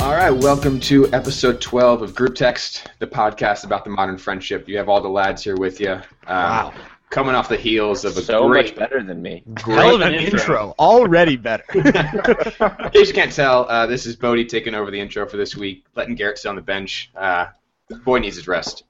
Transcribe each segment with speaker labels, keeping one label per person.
Speaker 1: All right, welcome to episode 12 of Group Text, the podcast about the modern friendship. You have all the lads here with you. Um,
Speaker 2: Wow.
Speaker 1: Coming off the heels of a
Speaker 3: so much
Speaker 1: great,
Speaker 3: better than me.
Speaker 2: Hell of an intro. Already better.
Speaker 1: in case you can't tell, uh, this is Bodie taking over the intro for this week, letting Garrett sit on the bench. Uh, boy needs his rest.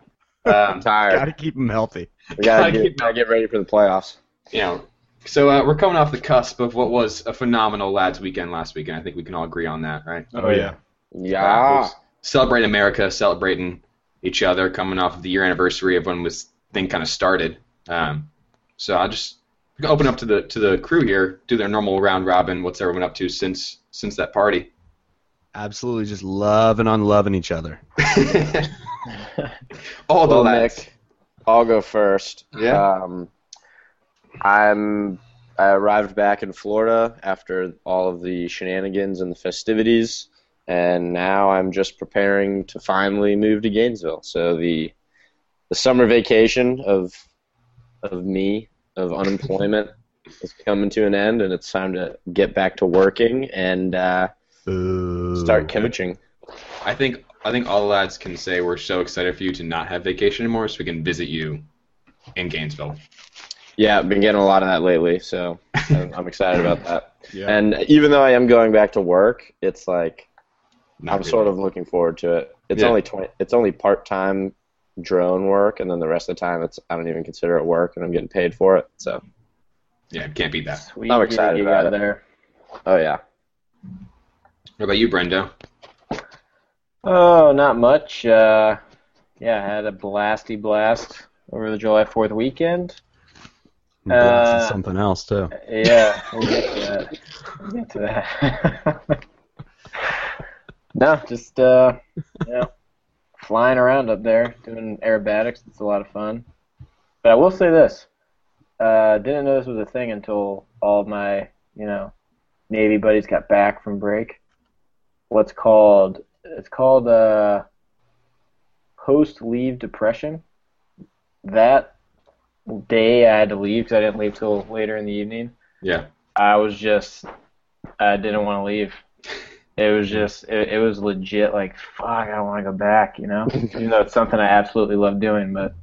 Speaker 3: I'm
Speaker 1: Um,
Speaker 3: tired.
Speaker 2: Gotta keep him healthy.
Speaker 3: We gotta,
Speaker 1: Gotta
Speaker 3: get,
Speaker 1: keep-
Speaker 3: gotta get ready for the playoffs.
Speaker 1: you know, so uh, we're coming off the cusp of what was a phenomenal lads weekend last weekend. I think we can all agree on that, right?
Speaker 2: Oh, yeah.
Speaker 3: Yeah.
Speaker 1: Celebrating America, celebrating each other, coming off of the year anniversary of when this thing kind of started. Um, so I'll just open up to the to the crew here, do their normal round robin. What's everyone up to since since that party?
Speaker 2: Absolutely just love and unloving each other.
Speaker 1: all the
Speaker 3: Well,
Speaker 1: lads. Uh,
Speaker 3: I'll go first.
Speaker 1: Yeah.
Speaker 3: Um, I'm. I arrived back in Florida after all of the shenanigans and the festivities, and now I'm just preparing to finally move to Gainesville. So the the summer vacation of of me of unemployment is coming to an end, and it's time to get back to working and uh,
Speaker 2: Ooh.
Speaker 3: start coaching.
Speaker 1: I think I think all the lads can say we're so excited for you to not have vacation anymore, so we can visit you in Gainesville.
Speaker 3: Yeah, I've been getting a lot of that lately, so I'm, I'm excited about that.
Speaker 2: Yeah.
Speaker 3: And even though I am going back to work, it's like
Speaker 1: Not
Speaker 3: I'm
Speaker 1: really.
Speaker 3: sort of looking forward to it. It's
Speaker 1: Yeah.
Speaker 3: only twenty. It's only part time drone work, and then the rest of the time, it's I don't even consider it work, and I'm getting paid for it. So,
Speaker 1: yeah, can't beat that.
Speaker 4: Sweet
Speaker 3: I'm excited
Speaker 4: gig
Speaker 3: about
Speaker 4: out
Speaker 3: it.
Speaker 4: there.
Speaker 3: oh yeah,
Speaker 1: What about you, Brendo?
Speaker 4: Oh, not much. Uh, yeah, I had a blasty blast over the July 4th weekend.
Speaker 2: Blasting
Speaker 4: Uh,
Speaker 2: something else, too.
Speaker 4: Yeah, we'll get to that. We'll get to that. no, just uh, you know, flying around up there, doing aerobatics. It's a lot of fun. But I will say this: uh, didn't know this was a thing until all of my, you know, Navy buddies got back from break. What's called? It's called uh, post-leave depression. That day I had to leave because I didn't leave till later in the evening.
Speaker 1: Yeah.
Speaker 4: I was just, I didn't want to leave. It was just, it, it was legit like, fuck, I want to go back, you know? Even though it's something I absolutely love doing, but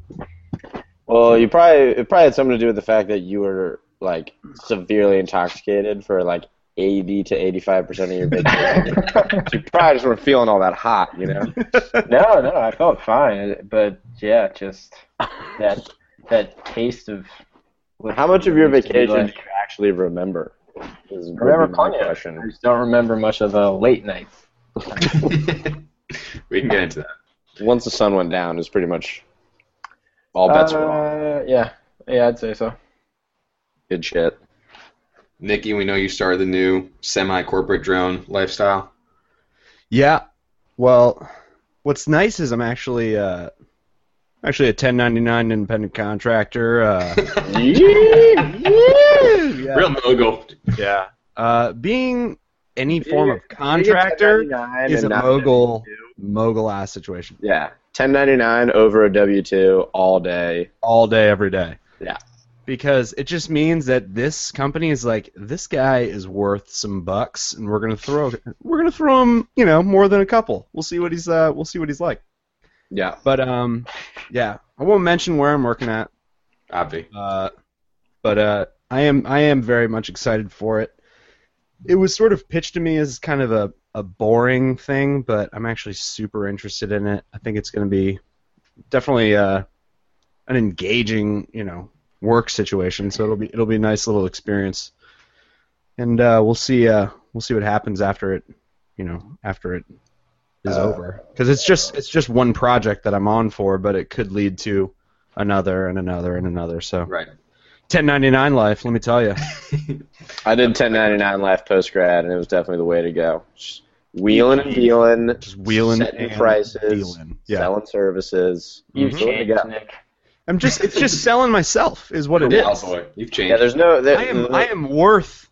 Speaker 3: Well, you probably it probably had something to do with the fact that you were like severely intoxicated for like eighty to eighty five percent of your vacation. you probably just weren't feeling all that hot, you know.
Speaker 4: no, no, I felt fine. It- But yeah, just that that taste of. what
Speaker 3: How much of your
Speaker 4: it used to be
Speaker 3: vacation do
Speaker 4: like.
Speaker 3: you actually remember? Is would be
Speaker 4: Remember
Speaker 3: my
Speaker 4: plenty of it. I
Speaker 3: question.
Speaker 4: just don't remember much of the late nights.
Speaker 1: we can get into that.
Speaker 3: Once the sun went down, it was pretty much all bets were off.
Speaker 4: Uh, Yeah, yeah, I'd say so.
Speaker 3: Good shit.
Speaker 1: Nikki, we know you started the new semi corporate drone lifestyle.
Speaker 2: Yeah. Well, what's nice is I'm actually uh, actually a 1099 independent contractor. Uh, yeah.
Speaker 1: Real mogul.
Speaker 2: yeah. Uh, being any form of contractor is a mogul mogul ass situation.
Speaker 3: Yeah, ten ninety nine over a W two all day.
Speaker 2: all day, every day.
Speaker 3: Yeah.
Speaker 2: Because it just means that this company is like, this guy is worth some bucks, and we're gonna throw we're gonna throw him, you know, more than a couple. We'll see what he's uh we'll see what he's like.
Speaker 3: Yeah,
Speaker 2: But um yeah. I won't mention where I'm working at.
Speaker 1: Obvi.
Speaker 2: Uh but uh I am I am very much excited for it. It was sort of pitched to me as kind of a, a boring thing, but I'm actually super interested in it. I think it's going to be definitely uh, an engaging, you know, work situation. So it'll be it'll be a nice little experience, and uh, we'll see uh, we'll see what happens after it, you know, after it is
Speaker 3: Uh,
Speaker 2: over. Because it's just it's just one project that I'm on for, but it could lead to another and another and another. So
Speaker 1: Right.
Speaker 2: 1099 life, let me tell you.
Speaker 3: I did ten ninety nine life post grad, and it was definitely the way to go. Just wheeling and dealing,
Speaker 2: Just wheeling
Speaker 3: setting
Speaker 2: and
Speaker 3: prices,
Speaker 2: dealing. Yeah.
Speaker 3: selling services.
Speaker 4: You've
Speaker 3: That's Mm-hmm. what we
Speaker 4: changed,
Speaker 3: got.
Speaker 4: Nick.
Speaker 2: I'm just it's just selling myself is what it
Speaker 1: Yeah,
Speaker 2: is.
Speaker 1: boy. You've changed.
Speaker 3: Yeah, there's no there,
Speaker 2: I am I am worth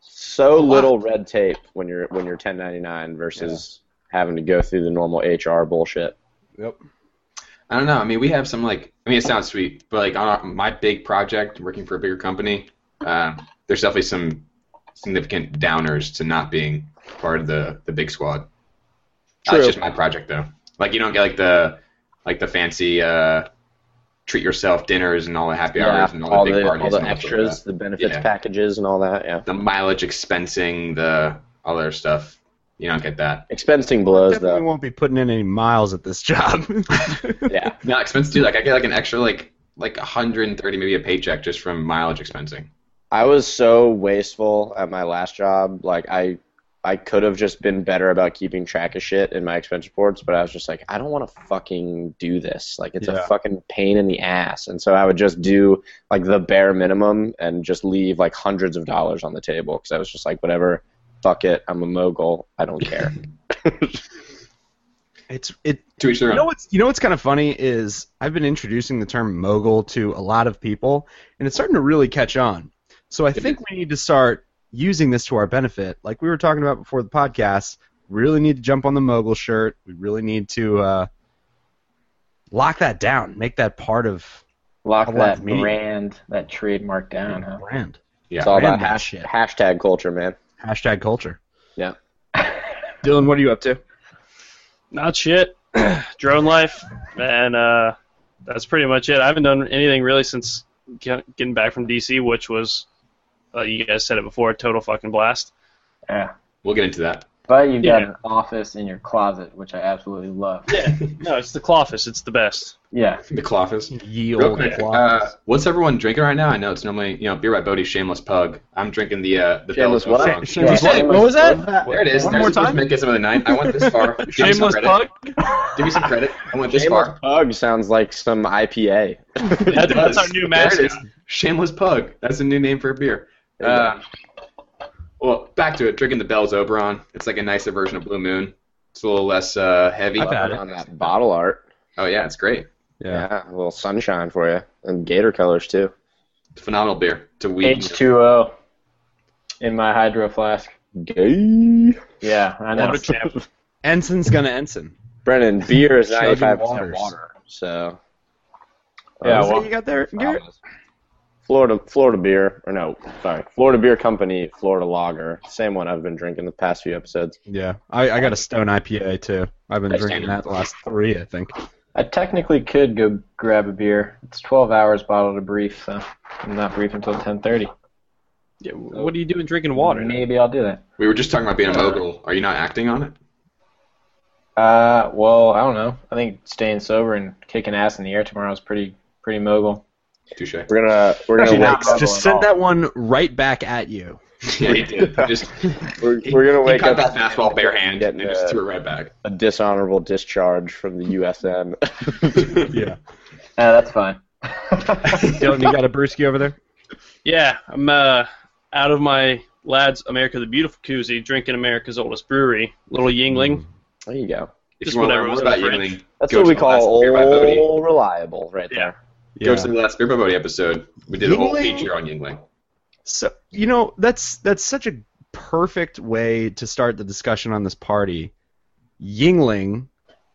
Speaker 3: so little red tape when you're when you're ten ninety nine versus having to go through the normal HR bullshit.
Speaker 1: I don't know. I mean, we have some like. I mean, it sounds sweet, but like on our, my big project, working for a bigger company, um, there's definitely some significant downers to not being part of the the big squad.
Speaker 2: True.
Speaker 1: That's just my project though. Like you don't get like the like the fancy uh, treat yourself dinners and all the happy hours and all,
Speaker 3: all
Speaker 1: the big
Speaker 3: the,
Speaker 1: parties
Speaker 3: all the
Speaker 1: and that sort of
Speaker 3: extras,
Speaker 1: stuff.
Speaker 3: the benefits
Speaker 1: Yeah.
Speaker 3: packages, and all that. Yeah,
Speaker 1: the mileage expensing, the other stuff. You don't get that.
Speaker 3: expensing blows
Speaker 2: Definitely
Speaker 3: though.
Speaker 2: won't be putting in any miles at this job.
Speaker 3: Yeah,
Speaker 1: No expense too. Like I get like an extra like like 130 maybe a paycheck just from mileage expensing.
Speaker 3: I was so wasteful at my last job. Like I, I could have just been better about keeping track of shit in my expense reports, but I was just like, I don't want to fucking do this. Like it's
Speaker 2: Yeah.
Speaker 3: a fucking pain in the ass. And so I would just do like the bare minimum and just leave like hundreds of dollars on the table because I was just like, whatever, fuck it. I'm a mogul. I don't care.
Speaker 2: it's it
Speaker 1: To each their
Speaker 2: You
Speaker 1: own.
Speaker 2: know what's you know what's kind of funny is I've been introducing the term mogul to a lot of people, and it's starting to really catch on. So I think we need to start using this to our benefit. Like we were talking about before the podcast, we really need to jump on the mogul shirt. We really need to uh, lock that down, make that part of
Speaker 4: Lock
Speaker 2: I love
Speaker 4: that
Speaker 2: meat.
Speaker 4: brand, that trademark down,
Speaker 2: the
Speaker 1: Uh-huh.
Speaker 4: huh?
Speaker 2: brand.
Speaker 1: yeah.
Speaker 3: It's all
Speaker 2: Man,
Speaker 3: about
Speaker 2: that
Speaker 3: hash-
Speaker 2: shit.
Speaker 3: hashtag culture, man.
Speaker 2: Hashtag culture.
Speaker 3: Yeah.
Speaker 2: Dylan, what are you up to?
Speaker 5: Not shit. Drone life, and uh, that's pretty much it. I haven't done anything really since get- getting back from DC, which was, uh, you guys said it before, total fucking blast.
Speaker 4: Yeah.
Speaker 1: We'll get into that.
Speaker 4: But you've got
Speaker 5: Yeah.
Speaker 4: an office in your closet, which I absolutely love.
Speaker 5: Yeah. No, it's the Clawfus. It's the best.
Speaker 4: Yeah.
Speaker 1: The Clawfus.
Speaker 2: Ye
Speaker 1: Real
Speaker 2: olde
Speaker 1: quick,
Speaker 2: claws.
Speaker 1: uh, what's everyone drinking right now? I know it's normally you know beer by Bodie, Shameless Pug. I'm drinking the uh, the
Speaker 3: Shameless
Speaker 1: Bell's
Speaker 3: what?
Speaker 1: Song.
Speaker 2: Shameless
Speaker 4: Yeah.
Speaker 2: what? What was that?
Speaker 1: There it is.
Speaker 2: One
Speaker 1: There's
Speaker 2: more
Speaker 1: the first
Speaker 2: time?
Speaker 1: Make it some of the night. I went this far. Give me some
Speaker 5: Shameless
Speaker 1: credit.
Speaker 5: plug.
Speaker 1: Give me some credit. I went this
Speaker 3: Shameless
Speaker 1: far.
Speaker 3: Pug sounds like some IPA.
Speaker 1: It
Speaker 5: That's-
Speaker 1: does.
Speaker 5: that's our new
Speaker 1: There it is.
Speaker 5: mascot.
Speaker 1: Shameless Pug. That's a new name for a beer. Uh, well, back to it. Drinking the Bell's Oberon. It's like a nicer version of Blue Moon. It's a little less uh, heavy.
Speaker 2: I've had it.
Speaker 3: on that bottle art.
Speaker 1: Oh yeah, it's great.
Speaker 2: Yeah.
Speaker 3: yeah, a little sunshine for you, and gator colors too.
Speaker 1: It's a phenomenal beer. It's a weed.
Speaker 4: H2O in my hydro flask.
Speaker 3: Gay.
Speaker 4: Yeah, I know.
Speaker 5: Water champ.
Speaker 2: Ensign's gonna ensign.
Speaker 3: Brennan, beer is
Speaker 2: Chugging
Speaker 3: 95%
Speaker 2: waters.
Speaker 3: water. So,
Speaker 4: Yeah,
Speaker 2: What was it
Speaker 4: well-
Speaker 2: you got there, Garrett?
Speaker 3: Florida, Florida beer, or no, sorry, Florida Beer Company, Florida Lager, same one I've been drinking the past few episodes.
Speaker 2: Yeah, I, I got a Stone IPA too. I've been
Speaker 1: Nice
Speaker 2: drinking
Speaker 1: standard.
Speaker 2: that the last three, I think.
Speaker 4: I technically could go grab a beer. It's 12 hours bottle to brief, so I'm not brief until 10:30.
Speaker 5: Yeah, what are you doing drinking water?
Speaker 4: Maybe I'll do that.
Speaker 1: We were just talking about being a mogul. Are you not acting on it?
Speaker 4: Uh, well, I don't know. I think staying sober and kicking ass in the air tomorrow is pretty pretty mogul.
Speaker 1: Touche.
Speaker 3: We're gonna, we're gonna
Speaker 4: Actually,
Speaker 3: wake
Speaker 4: not
Speaker 3: up,
Speaker 4: Just
Speaker 2: Just
Speaker 4: at send
Speaker 2: send
Speaker 4: all. that
Speaker 2: that one right back at you.
Speaker 1: yeah, he did. Just
Speaker 3: we're,
Speaker 1: he-
Speaker 3: we're gonna
Speaker 1: he
Speaker 3: wake
Speaker 1: caught
Speaker 3: up
Speaker 1: that fastball bare hand
Speaker 3: Yeah,
Speaker 1: and then just
Speaker 3: uh,
Speaker 1: threw it right back.
Speaker 3: a dishonorable discharge from the USN.
Speaker 2: Yeah.
Speaker 4: Uh, that's fine.
Speaker 2: Dylan, you got a brewski over there?
Speaker 5: Yeah, I'm uh, out of my lad's America the Beautiful koozie, drinking America's oldest brewery, little Yingling.
Speaker 3: there you go.
Speaker 1: If
Speaker 5: Just
Speaker 1: you want to
Speaker 5: whatever
Speaker 1: learn more
Speaker 5: was
Speaker 1: about
Speaker 5: in the
Speaker 1: Yingling,
Speaker 3: That's
Speaker 1: Go
Speaker 3: what
Speaker 1: to
Speaker 3: we
Speaker 1: the
Speaker 3: call
Speaker 1: last beer by Bodie.
Speaker 3: old reliable, right
Speaker 5: Yeah.
Speaker 3: there.
Speaker 1: go to the last Beer by Bodie episode. We did a whole
Speaker 2: Yingling?
Speaker 1: feature on Yingling.
Speaker 2: So you know that's that's such a perfect way to start the discussion on this party. Yingling,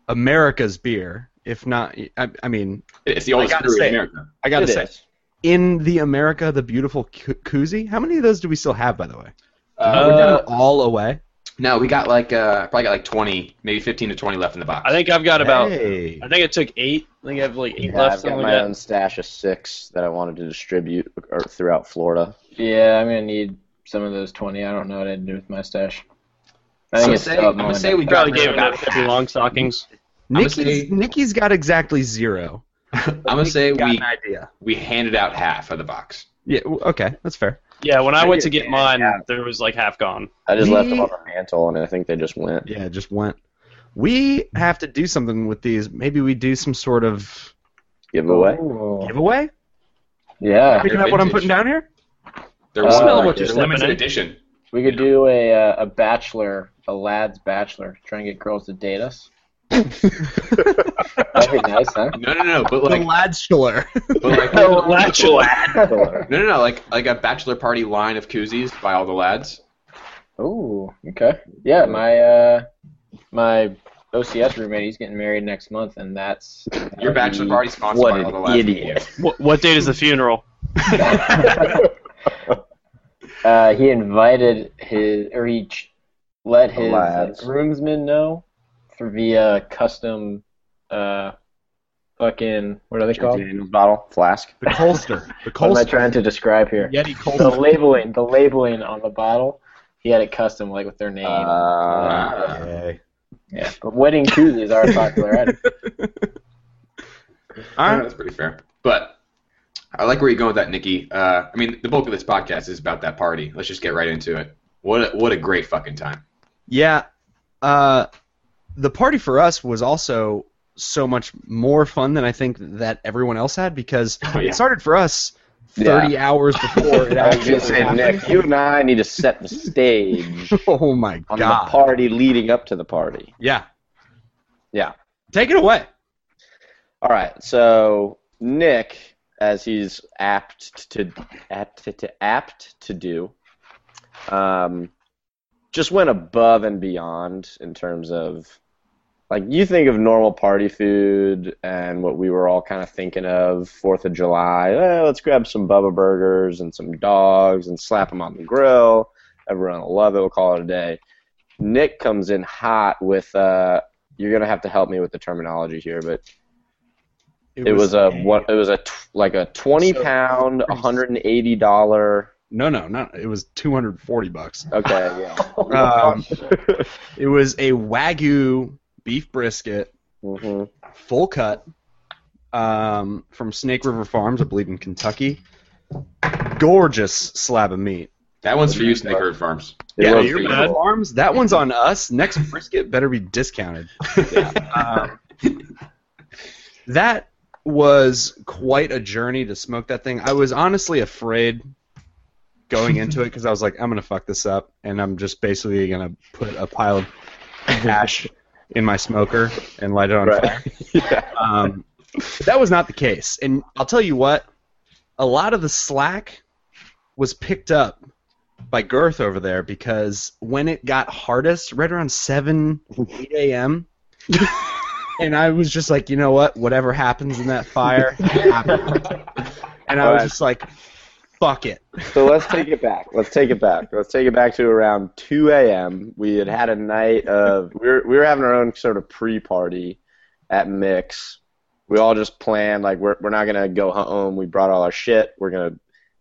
Speaker 2: America's beer. If not, I, I mean,
Speaker 1: It's the oldest
Speaker 2: gotta
Speaker 1: brewery
Speaker 2: say-
Speaker 1: in America.
Speaker 2: I gotta
Speaker 3: It
Speaker 2: say,
Speaker 3: is.
Speaker 2: in the America, the beautiful Ku- koozie. How many of those do we still have, by the way?
Speaker 1: Uh,
Speaker 2: Are we
Speaker 1: we're
Speaker 2: giving
Speaker 1: down-
Speaker 2: them all away.
Speaker 1: no, we got like uh, probably got like 20, maybe 15 to 20 left in the box.
Speaker 5: I think I've got about.
Speaker 2: Hey.
Speaker 5: I think I took eight. I think I have like eight
Speaker 3: Yeah,
Speaker 5: left.
Speaker 3: Uh, I've got
Speaker 5: something
Speaker 3: my
Speaker 5: like
Speaker 3: own
Speaker 5: that.
Speaker 3: stash of six that I wanted to distribute or throughout Florida.
Speaker 4: yeah, I'm gonna need some of those 20. I don't know what I'd do with my stash.
Speaker 1: I'm
Speaker 4: I think
Speaker 1: gonna
Speaker 4: it's
Speaker 1: say,
Speaker 4: still
Speaker 1: I'm
Speaker 4: up
Speaker 1: gonna
Speaker 4: my
Speaker 1: say we got
Speaker 5: Probably
Speaker 1: rid
Speaker 5: gave
Speaker 1: of
Speaker 5: him that
Speaker 1: about.
Speaker 5: heavy long stockings.
Speaker 1: gonna
Speaker 2: Nikki's,
Speaker 1: say-
Speaker 2: Nikki's got exactly zero.
Speaker 1: I'm gonna say
Speaker 2: got
Speaker 1: we
Speaker 2: an idea.
Speaker 1: we handed out half of the box.
Speaker 2: Yeah. w- Okay, that's fair.
Speaker 5: Yeah, when I went to get
Speaker 3: Yeah,
Speaker 5: mine,
Speaker 3: yeah.
Speaker 5: there was like half gone.
Speaker 3: I just left them
Speaker 2: Me-
Speaker 3: on the mantle, and I think they just went.
Speaker 2: Yeah, it just went. We have to do something with these. Maybe we do some sort of
Speaker 3: Giveaway.
Speaker 4: Ooh.
Speaker 2: giveaway.
Speaker 4: Yeah,
Speaker 2: Picking up what I'm putting down here.
Speaker 1: They're,
Speaker 4: Uh,
Speaker 1: one-
Speaker 4: smell what
Speaker 1: they're
Speaker 5: you're
Speaker 1: limited
Speaker 5: stepping in.
Speaker 1: edition.
Speaker 4: we could do a uh, a bachelor, a lad's bachelor, try and get girls to date us. That'd be nice, huh?
Speaker 1: No, no, no, but like,
Speaker 2: Ladschler.
Speaker 1: but like,
Speaker 5: Oh, Latchel.
Speaker 1: no, no, no, like like a bachelor party line of koozies by all the lads.
Speaker 4: Ooh, okay. Yeah, my uh, my OCS roommate, he's getting married next month, and that's
Speaker 1: Your bachelor party sponsored by
Speaker 3: Mm, what
Speaker 1: all
Speaker 3: an
Speaker 1: the lads.
Speaker 3: idiot.
Speaker 5: What, what date is the funeral?
Speaker 4: uh, he invited his or he ch- let his
Speaker 3: Lads.
Speaker 4: groomsmen know for via custom, uh, fucking what are they
Speaker 3: Jack
Speaker 4: called?
Speaker 3: Daniels bottle, flask.
Speaker 2: The Colster. The
Speaker 4: What am I
Speaker 2: Colster.
Speaker 4: trying to describe here?
Speaker 2: Yeti
Speaker 4: The
Speaker 2: Colster.
Speaker 4: labeling, the labeling on the bottle, he had it custom like with their name.
Speaker 3: Uh,
Speaker 2: Okay.
Speaker 4: yeah, but wedding koozies are a popular item.
Speaker 2: All right.
Speaker 1: that's pretty fair. But I like where you're going with that, Nikki. Uh, I mean, the bulk of this podcast is about that party. Let's just get right into it. What a, what a great fucking time.
Speaker 2: Yeah. Uh, the party for us was also so much more fun than I think that everyone else had because
Speaker 1: Oh, yeah.
Speaker 2: it started for us 30 hours before it
Speaker 3: I was
Speaker 2: actually
Speaker 3: gonna say,
Speaker 2: happened.
Speaker 3: Nick, you and I need to set the stage
Speaker 2: Oh my
Speaker 3: on
Speaker 2: god.
Speaker 3: the party leading up to the party.
Speaker 2: Yeah.
Speaker 3: Yeah.
Speaker 2: Take it away.
Speaker 3: All right, so Nick, as he's apt to apt to apt to do, um, just went above and beyond in terms of like you think of normal party food and what we were all kind of thinking of Fourth of July. Eh, let's grab some Bubba burgers and some dogs and slap them on the grill. Everyone will love it. We'll call it a day. Nick comes in hot with. Uh, you're gonna have to help me with the terminology here, but it was a what? It was a tw- like a twenty
Speaker 2: So-
Speaker 3: pound, one hundred and eighty dollar.
Speaker 2: No, no, not it was 240 bucks.
Speaker 3: Okay, yeah.
Speaker 2: Um, it was a wagyu beef brisket,
Speaker 3: hmm
Speaker 2: full cut, um, from Snake River Farms, I believe in Kentucky. Gorgeous slab of meat.
Speaker 1: That one's for you, Snake River Farms. Yeah,
Speaker 5: you're
Speaker 3: pretty
Speaker 5: bad.
Speaker 3: cool.
Speaker 2: Farms. That one's on us. Next brisket better be discounted. Um, that was quite a journey to smoke that thing. I was honestly afraid going into it because I was like, I'm gonna fuck this up, and I'm just basically gonna put a pile of ash in my smoker and light it on
Speaker 3: Right.
Speaker 2: fire.
Speaker 3: Yeah.
Speaker 2: Um, that was not the case, and I'll tell you what, a lot of the slack was picked up by Girth over there because when it got hardest, right around seven, eight a.m. And I was just like, you know what? Whatever happens in that fire, happens. And I was
Speaker 3: Alright.
Speaker 2: just like, fuck it.
Speaker 3: So let's take it back. Let's take it back. Let's take it back to around two a.m. We had had a night of we were we were having our own sort of pre-party at Mix. We all just planned like we're we're not gonna go home. We brought all our shit. We're gonna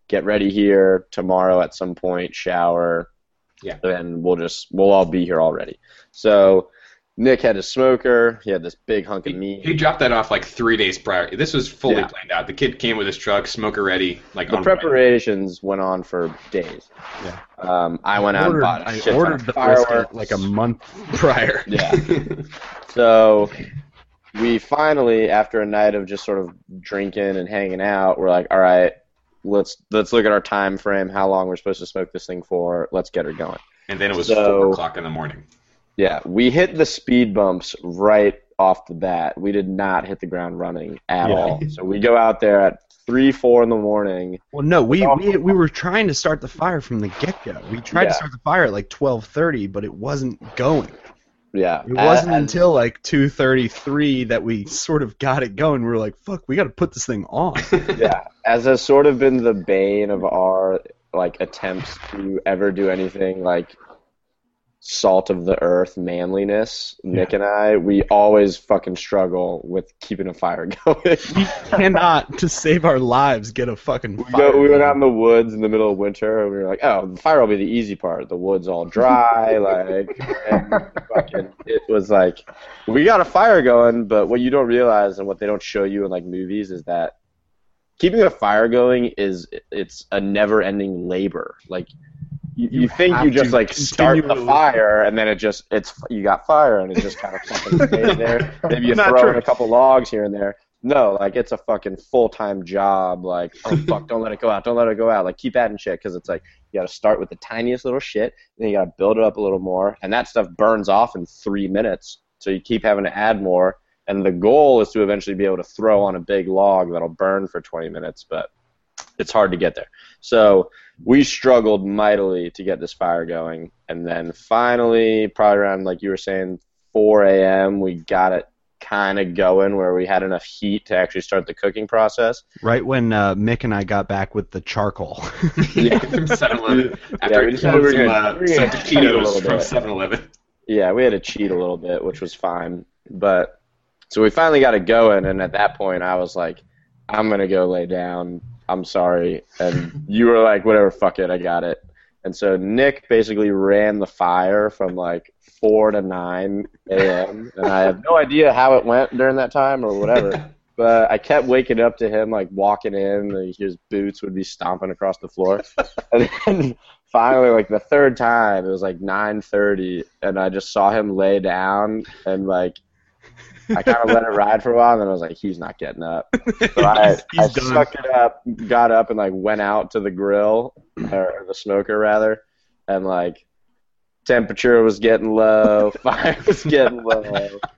Speaker 3: get ready here tomorrow at some point. Shower.
Speaker 1: Yeah.
Speaker 3: And we'll just we'll all be here already. So Nick had his smoker. He had this big hunk of
Speaker 1: He,
Speaker 3: meat.
Speaker 1: he dropped that off like three days prior. This was fully
Speaker 3: Yeah.
Speaker 1: planned out. The kid came with his truck, smoker ready, like
Speaker 3: the
Speaker 1: on
Speaker 3: preparations went on for days.
Speaker 2: Yeah.
Speaker 3: Um, I went out
Speaker 2: ordered,
Speaker 3: and bought a
Speaker 2: I
Speaker 3: shit ton of
Speaker 2: ordered the
Speaker 3: fireworks.
Speaker 2: brisket like a month prior.
Speaker 3: Yeah.
Speaker 1: Friday.
Speaker 3: So we finally, after a night of just sort of drinking and hanging out, we're like, all right, let's let's look at our time frame, how long we're supposed to smoke this thing for. Let's get her going.
Speaker 1: and then it was
Speaker 3: So-
Speaker 1: four o'clock in the morning.
Speaker 3: Yeah, we hit the speed bumps right off the bat. We did not hit the ground running at
Speaker 2: Yeah.
Speaker 3: all. So we go out there at three, four in the morning.
Speaker 2: Well, no, we, we we were trying to start the fire from the get go. We tried
Speaker 3: Yeah.
Speaker 2: to start the fire at like twelve thirty, but it wasn't going.
Speaker 3: Yeah,
Speaker 2: It wasn't
Speaker 3: A- and-
Speaker 2: until like two thirty three that we sort of got it going. We were like, "Fuck, we got to put this thing on."
Speaker 3: yeah, as has sort of been the bane of our like attempts to ever do anything like salt of the earth manliness. Nick and I, we always fucking struggle with keeping a fire going.
Speaker 2: we cannot, to save our lives, get a fucking
Speaker 3: we,
Speaker 2: fire.
Speaker 3: go, we went
Speaker 2: going.
Speaker 3: out in the woods in the middle of winter, and we were like, "Oh, the fire will be the easy part. The woods all dry." like, and fucking, it was like, we got a fire going, but what you don't realize and what they don't show you in like movies is that keeping a fire going is it's a never-ending labor. Like, you, you,
Speaker 2: You
Speaker 3: think
Speaker 2: have
Speaker 3: you just
Speaker 2: to
Speaker 3: like start the
Speaker 2: continually-
Speaker 3: fire, and then it just it's you got fire, and it just kind of fucking stays there. Maybe you
Speaker 2: Not
Speaker 3: throw
Speaker 2: true.
Speaker 3: in a couple logs here and there. No, like it's a fucking full time job. Like, oh fuck, don't let it go out. Don't let it go out. Like, keep adding shit because it's like you got to start with the tiniest little shit, then you got to build it up a little more, and that stuff burns off in three minutes. So you keep having to add more, and the goal is to eventually be able to throw on a big log that'll burn for 20 minutes, but it's hard to get there. So we struggled mightily to get this fire going, and then finally, probably around like you were saying, 4 a.m., we got it kind of going where we had enough heat to actually start the cooking process.
Speaker 2: Right when uh, Mick and I got back with the charcoal.
Speaker 1: from 7-Eleven. After
Speaker 3: we
Speaker 1: we
Speaker 3: just
Speaker 1: just
Speaker 3: had- we were
Speaker 1: some,
Speaker 3: gonna-
Speaker 1: uh,
Speaker 3: we were
Speaker 1: some
Speaker 3: gonna cheat a little
Speaker 1: taquitos from
Speaker 3: bit.
Speaker 1: 7-Eleven.
Speaker 3: yeah, we had to cheat a little bit, which was fine. But so we finally got it going, and at that point, I was like, "I'm gonna go lay down. I'm sorry." And you were like, "Whatever, fuck it, I got it." And so Nick basically ran the fire from like four to nine a.m. and I have no idea how it went during that time or whatever. But I kept waking up to him like walking in, and his boots would be stomping across the floor. And then finally, like the third time, it was like nine thirty, and I just saw him lay down and like. I kind of let it ride for a while, and then I was like, "He's not getting up." So I,
Speaker 2: He's- he's
Speaker 3: I
Speaker 2: done.
Speaker 3: sucked it up, got up, and like went out to the grill or the smoker rather, and like temperature was getting low, fire was getting low.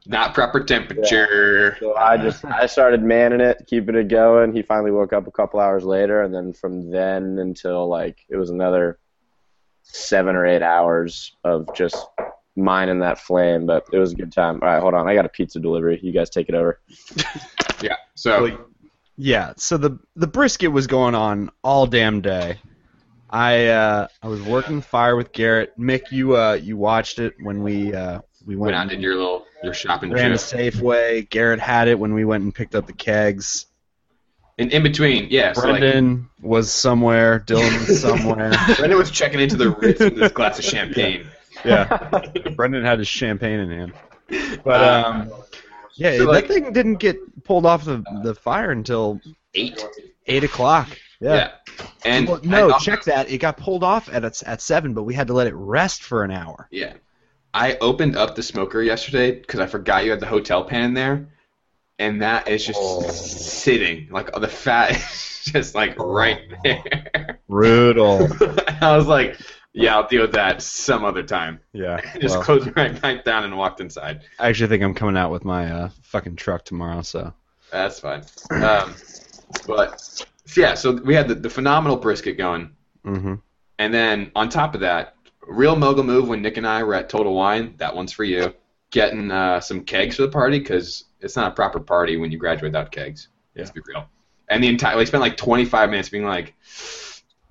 Speaker 1: Not proper temperature.
Speaker 3: So I just I started manning it, keeping it going. He finally woke up a couple hours later, and then from then until like it was another seven or eight hours of just mining that flame. But it was a good time. All right, hold on, I got a pizza delivery. You guys take it over.
Speaker 1: Yeah. So
Speaker 2: Like- Yeah, so the the brisket was going on all damn day. I uh, I was working the fire with Garrett. Mick, you uh, you watched it when we uh, we went,
Speaker 1: went out and did your little your shopping
Speaker 2: ran to
Speaker 1: trip.
Speaker 2: Safeway. Garrett had it when we went and picked up the kegs.
Speaker 1: And in between, yeah. So like,
Speaker 2: Brendan was somewhere. Dylan was somewhere.
Speaker 1: Brendan was checking into the Ritz with his glass of champagne.
Speaker 2: yeah, Brendan had his champagne in hand. But
Speaker 1: Um,
Speaker 2: um, yeah,
Speaker 1: so, like-
Speaker 2: that thing didn't get pulled off the, the fire until
Speaker 1: Eight.
Speaker 2: eight o'clock.
Speaker 1: Yeah. And
Speaker 2: Well, no,
Speaker 1: I-
Speaker 2: check that. It got pulled off at at seven, but we had to let it rest for an hour.
Speaker 1: Yeah. I opened up the smoker yesterday because I forgot you had the hotel pan in there, and that is just sitting like the fat is just like right there.
Speaker 2: Brutal.
Speaker 1: I was like, yeah, I'll deal with that some other time.
Speaker 2: yeah.
Speaker 1: just
Speaker 2: well,
Speaker 1: closed right back down and walked inside.
Speaker 2: I actually think I'm coming out with my uh, fucking truck tomorrow. So
Speaker 1: That's fine. Um, but yeah, so we had the, the phenomenal brisket going,
Speaker 2: hmm
Speaker 1: and then on top of that, real mogul move when Nick and I were at Total Wine. That one's for you. Getting uh, some kegs for the party because it's not a proper party when you graduate without kegs. Let's be real. And the entire we spent like 25 minutes being like,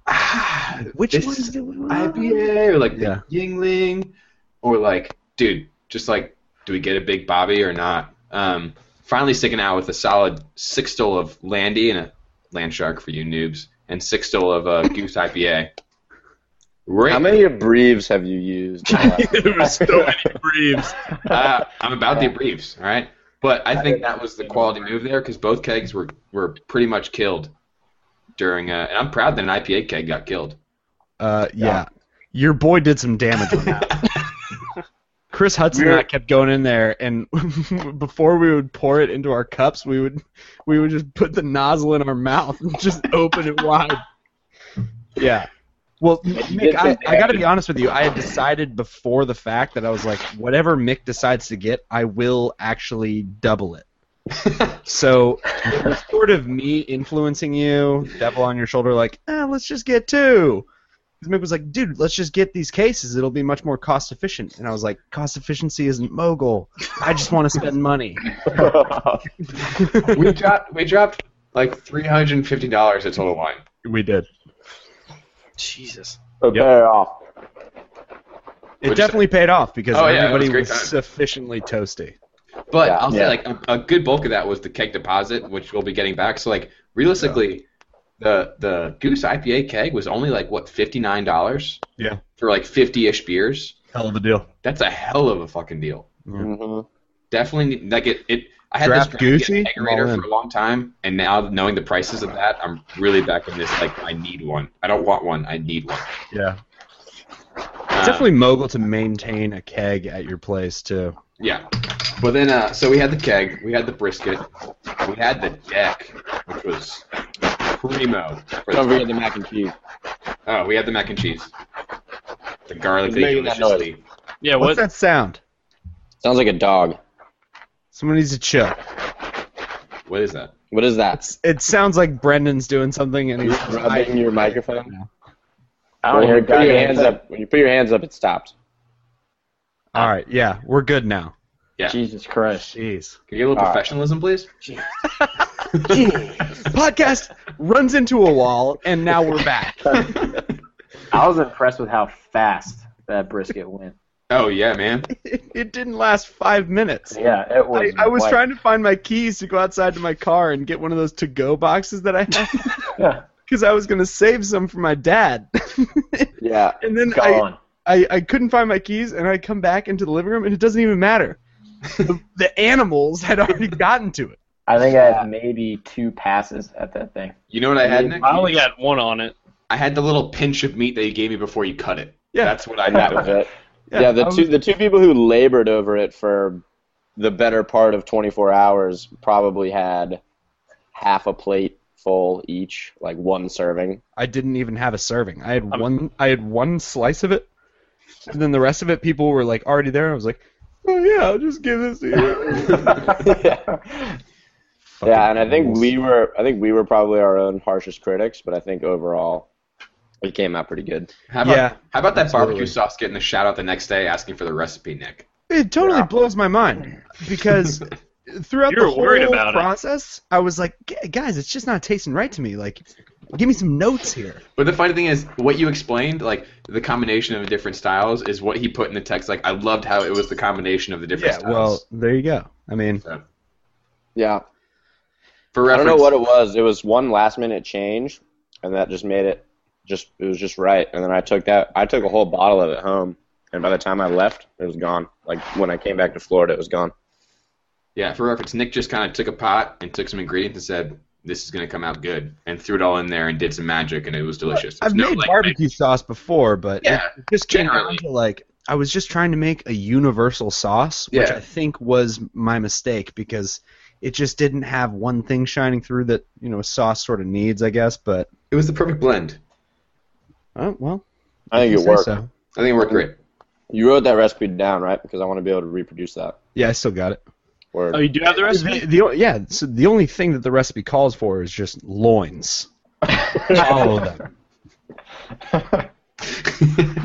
Speaker 1: ah,
Speaker 2: which
Speaker 1: this
Speaker 2: one's the one?
Speaker 1: IPA or like
Speaker 2: Yeah.
Speaker 1: the Yingling or like dude, just like do we get a big Bobby or not? Um, finally sticking out with a solid six stole of Landy and a Land Shark for you noobs and six stole of uh, Goose IPA. Right,
Speaker 3: How many abreves have you used?
Speaker 5: there was so many breaths.
Speaker 1: uh, I'm about the briefs, all right. But I think that was the quality move there because both kegs were, were pretty much killed during. Uh, and I'm proud that an IPA keg got killed.
Speaker 2: Uh, yeah. Your boy did some damage on that. Chris Hudson and I
Speaker 3: We're-
Speaker 2: kept going in there, and before we would pour it into our cups, we would we would just put the nozzle in our mouth and just open it wide. Yeah. Well, Mick, I, I got to be honest with you. I had decided before the fact that I was like, whatever Mick decides to get, I will actually double it. so it was sort of me influencing you, devil on your shoulder, like, eh, let's just get two. 'Cause Mick was like, dude, let's just get these cases. It'll be much more cost efficient. And I was like, cost efficiency isn't mogul. I just want to spend money.
Speaker 1: we dropped we dropped like three hundred and fifty dollars at Total Wine.
Speaker 2: we did.
Speaker 5: Jesus.
Speaker 3: But better off.
Speaker 2: It
Speaker 1: Which-
Speaker 2: definitely paid off because
Speaker 1: Oh, yeah, it
Speaker 2: everybody
Speaker 1: was a great
Speaker 2: was
Speaker 1: time.
Speaker 2: sufficiently toasty.
Speaker 1: But
Speaker 3: Yeah.
Speaker 1: I'll say
Speaker 3: Yeah.
Speaker 1: like a, a good bulk of that was the keg deposit, which we'll be getting back. So like realistically, the the Goose IPA keg was only like what fifty nine dollars.
Speaker 2: Yeah.
Speaker 1: For like fifty ish beers,
Speaker 2: Hell of a deal.
Speaker 1: that's a hell of a fucking deal.
Speaker 3: Mhm.
Speaker 1: Definitely need- like it. it I had
Speaker 2: Draft
Speaker 1: this dream of
Speaker 2: Goosey?
Speaker 1: getting a
Speaker 2: All
Speaker 1: kegerator
Speaker 2: in.
Speaker 1: for a long time, and now knowing the prices of that, I'm really back in this like I need one. I don't want one. I need one.
Speaker 2: Yeah.
Speaker 1: Um,
Speaker 2: It's definitely mogul to maintain a keg at your place too.
Speaker 1: Yeah. But then, uh, so we had the keg, we had the brisket, we had the deck, which was primo. for
Speaker 3: Don't
Speaker 1: the-
Speaker 3: forget the mac and cheese.
Speaker 1: oh, we had the mac and cheese. The garlic
Speaker 3: It's
Speaker 1: they
Speaker 3: making that noise.
Speaker 1: deliciously.
Speaker 5: Yeah,
Speaker 2: What's
Speaker 5: what?
Speaker 2: that sound?
Speaker 3: Sounds like a dog.
Speaker 2: Someone needs to chill.
Speaker 1: What is that?
Speaker 3: What is that?
Speaker 2: It sounds like Brendan's doing something and
Speaker 3: Are you
Speaker 2: he's
Speaker 3: rubbing your microphone?
Speaker 4: I
Speaker 3: When
Speaker 4: don't
Speaker 3: you
Speaker 4: hear
Speaker 3: put your hands
Speaker 4: goddamn
Speaker 3: up, when you put your hands up, it stops.
Speaker 2: All right, yeah, we're good now.
Speaker 1: Yeah. Can
Speaker 4: Jesus Christ.
Speaker 2: Jeez.
Speaker 1: you get a little
Speaker 3: All right.
Speaker 1: professionalism, please?
Speaker 2: Podcast runs into a wall and now we're back.
Speaker 4: I was impressed with how fast that brisket went.
Speaker 1: Oh yeah, man.
Speaker 2: It, it didn't last five minutes.
Speaker 4: Yeah, it
Speaker 2: I,
Speaker 4: was.
Speaker 2: I was
Speaker 4: white.
Speaker 2: trying to find my keys to go outside to my car and get one of those to-go boxes that I had
Speaker 4: Yeah,
Speaker 2: because I was gonna save some for my dad.
Speaker 3: Yeah.
Speaker 2: and then I,
Speaker 4: gone.
Speaker 2: I I couldn't find my keys, and I come back into the living room, and it doesn't even matter. the, the animals had already gotten to it.
Speaker 4: I think I had maybe two passes at that thing.
Speaker 1: You know what I had, Nick?
Speaker 5: I only got one on it.
Speaker 1: I had the little pinch of meat that you gave me before you cut it.
Speaker 2: Yeah.
Speaker 1: That's what I
Speaker 3: That was
Speaker 1: had.
Speaker 3: it. Yeah, the
Speaker 2: I was-
Speaker 3: two the two people who labored over it for the better part of 24 hours probably had half a plate full each, like one serving.
Speaker 2: I didn't even have a serving. I had
Speaker 5: I'm-
Speaker 2: one. I had one slice of it, and then the rest of it, people were like already there. and I was like, "Oh yeah, I'll just give this to you."
Speaker 4: yeah.
Speaker 3: yeah, and I think we were I think we were probably our own harshest critics, but I think overall it came out pretty good.
Speaker 1: How about,
Speaker 2: Yeah,
Speaker 1: how about that
Speaker 2: absolutely.
Speaker 1: barbecue sauce getting the shout out the next day asking for the recipe, Nick?
Speaker 2: It totally
Speaker 3: Yeah.
Speaker 2: blows my mind because throughout
Speaker 5: You were
Speaker 2: the whole
Speaker 5: worried about it.
Speaker 2: process, I was like, "Gu- "Guys, it's just not tasting right to me. Like, give me some notes here."
Speaker 1: But the funny thing is, what you explained, like the combination of the different styles, is what he put in the text. Like, I loved how it was the combination of the different styles.
Speaker 2: there you go. I mean,
Speaker 1: So,
Speaker 3: Yeah.
Speaker 1: for
Speaker 3: I don't
Speaker 1: reference,
Speaker 3: know what it was. It was one last minute change, and that just made it just it was just right. And then I took that I took a whole bottle of it home, and by the time I left, it was gone. Like when I came back to Florida, it was gone.
Speaker 1: yeah, for reference, Nick just kind of took a pot and took some ingredients and said, "This is going to come out good," and threw it all in there and did some magic, and it was delicious.
Speaker 2: I've
Speaker 1: It's no,
Speaker 2: made
Speaker 1: like,
Speaker 2: barbecue sauce before, but
Speaker 1: Yeah,
Speaker 2: it just came down
Speaker 1: generally.
Speaker 2: to like I was just trying to make a universal sauce, which
Speaker 1: Yeah.
Speaker 2: I think was my mistake because it just didn't have one thing shining through that you know sauce sort of needs, I guess. But
Speaker 1: It was the perfect blend.
Speaker 2: oh, well,
Speaker 3: I think
Speaker 2: you
Speaker 3: it
Speaker 2: say
Speaker 3: worked.
Speaker 2: so.
Speaker 1: I think it worked great.
Speaker 3: You wrote that recipe down, right? Because I want to be able to reproduce that.
Speaker 2: Yeah, I still got it.
Speaker 3: Word.
Speaker 5: Oh, you do have the rest of
Speaker 2: The, the o- yeah, so the only thing that the recipe calls for is just loins. All of them.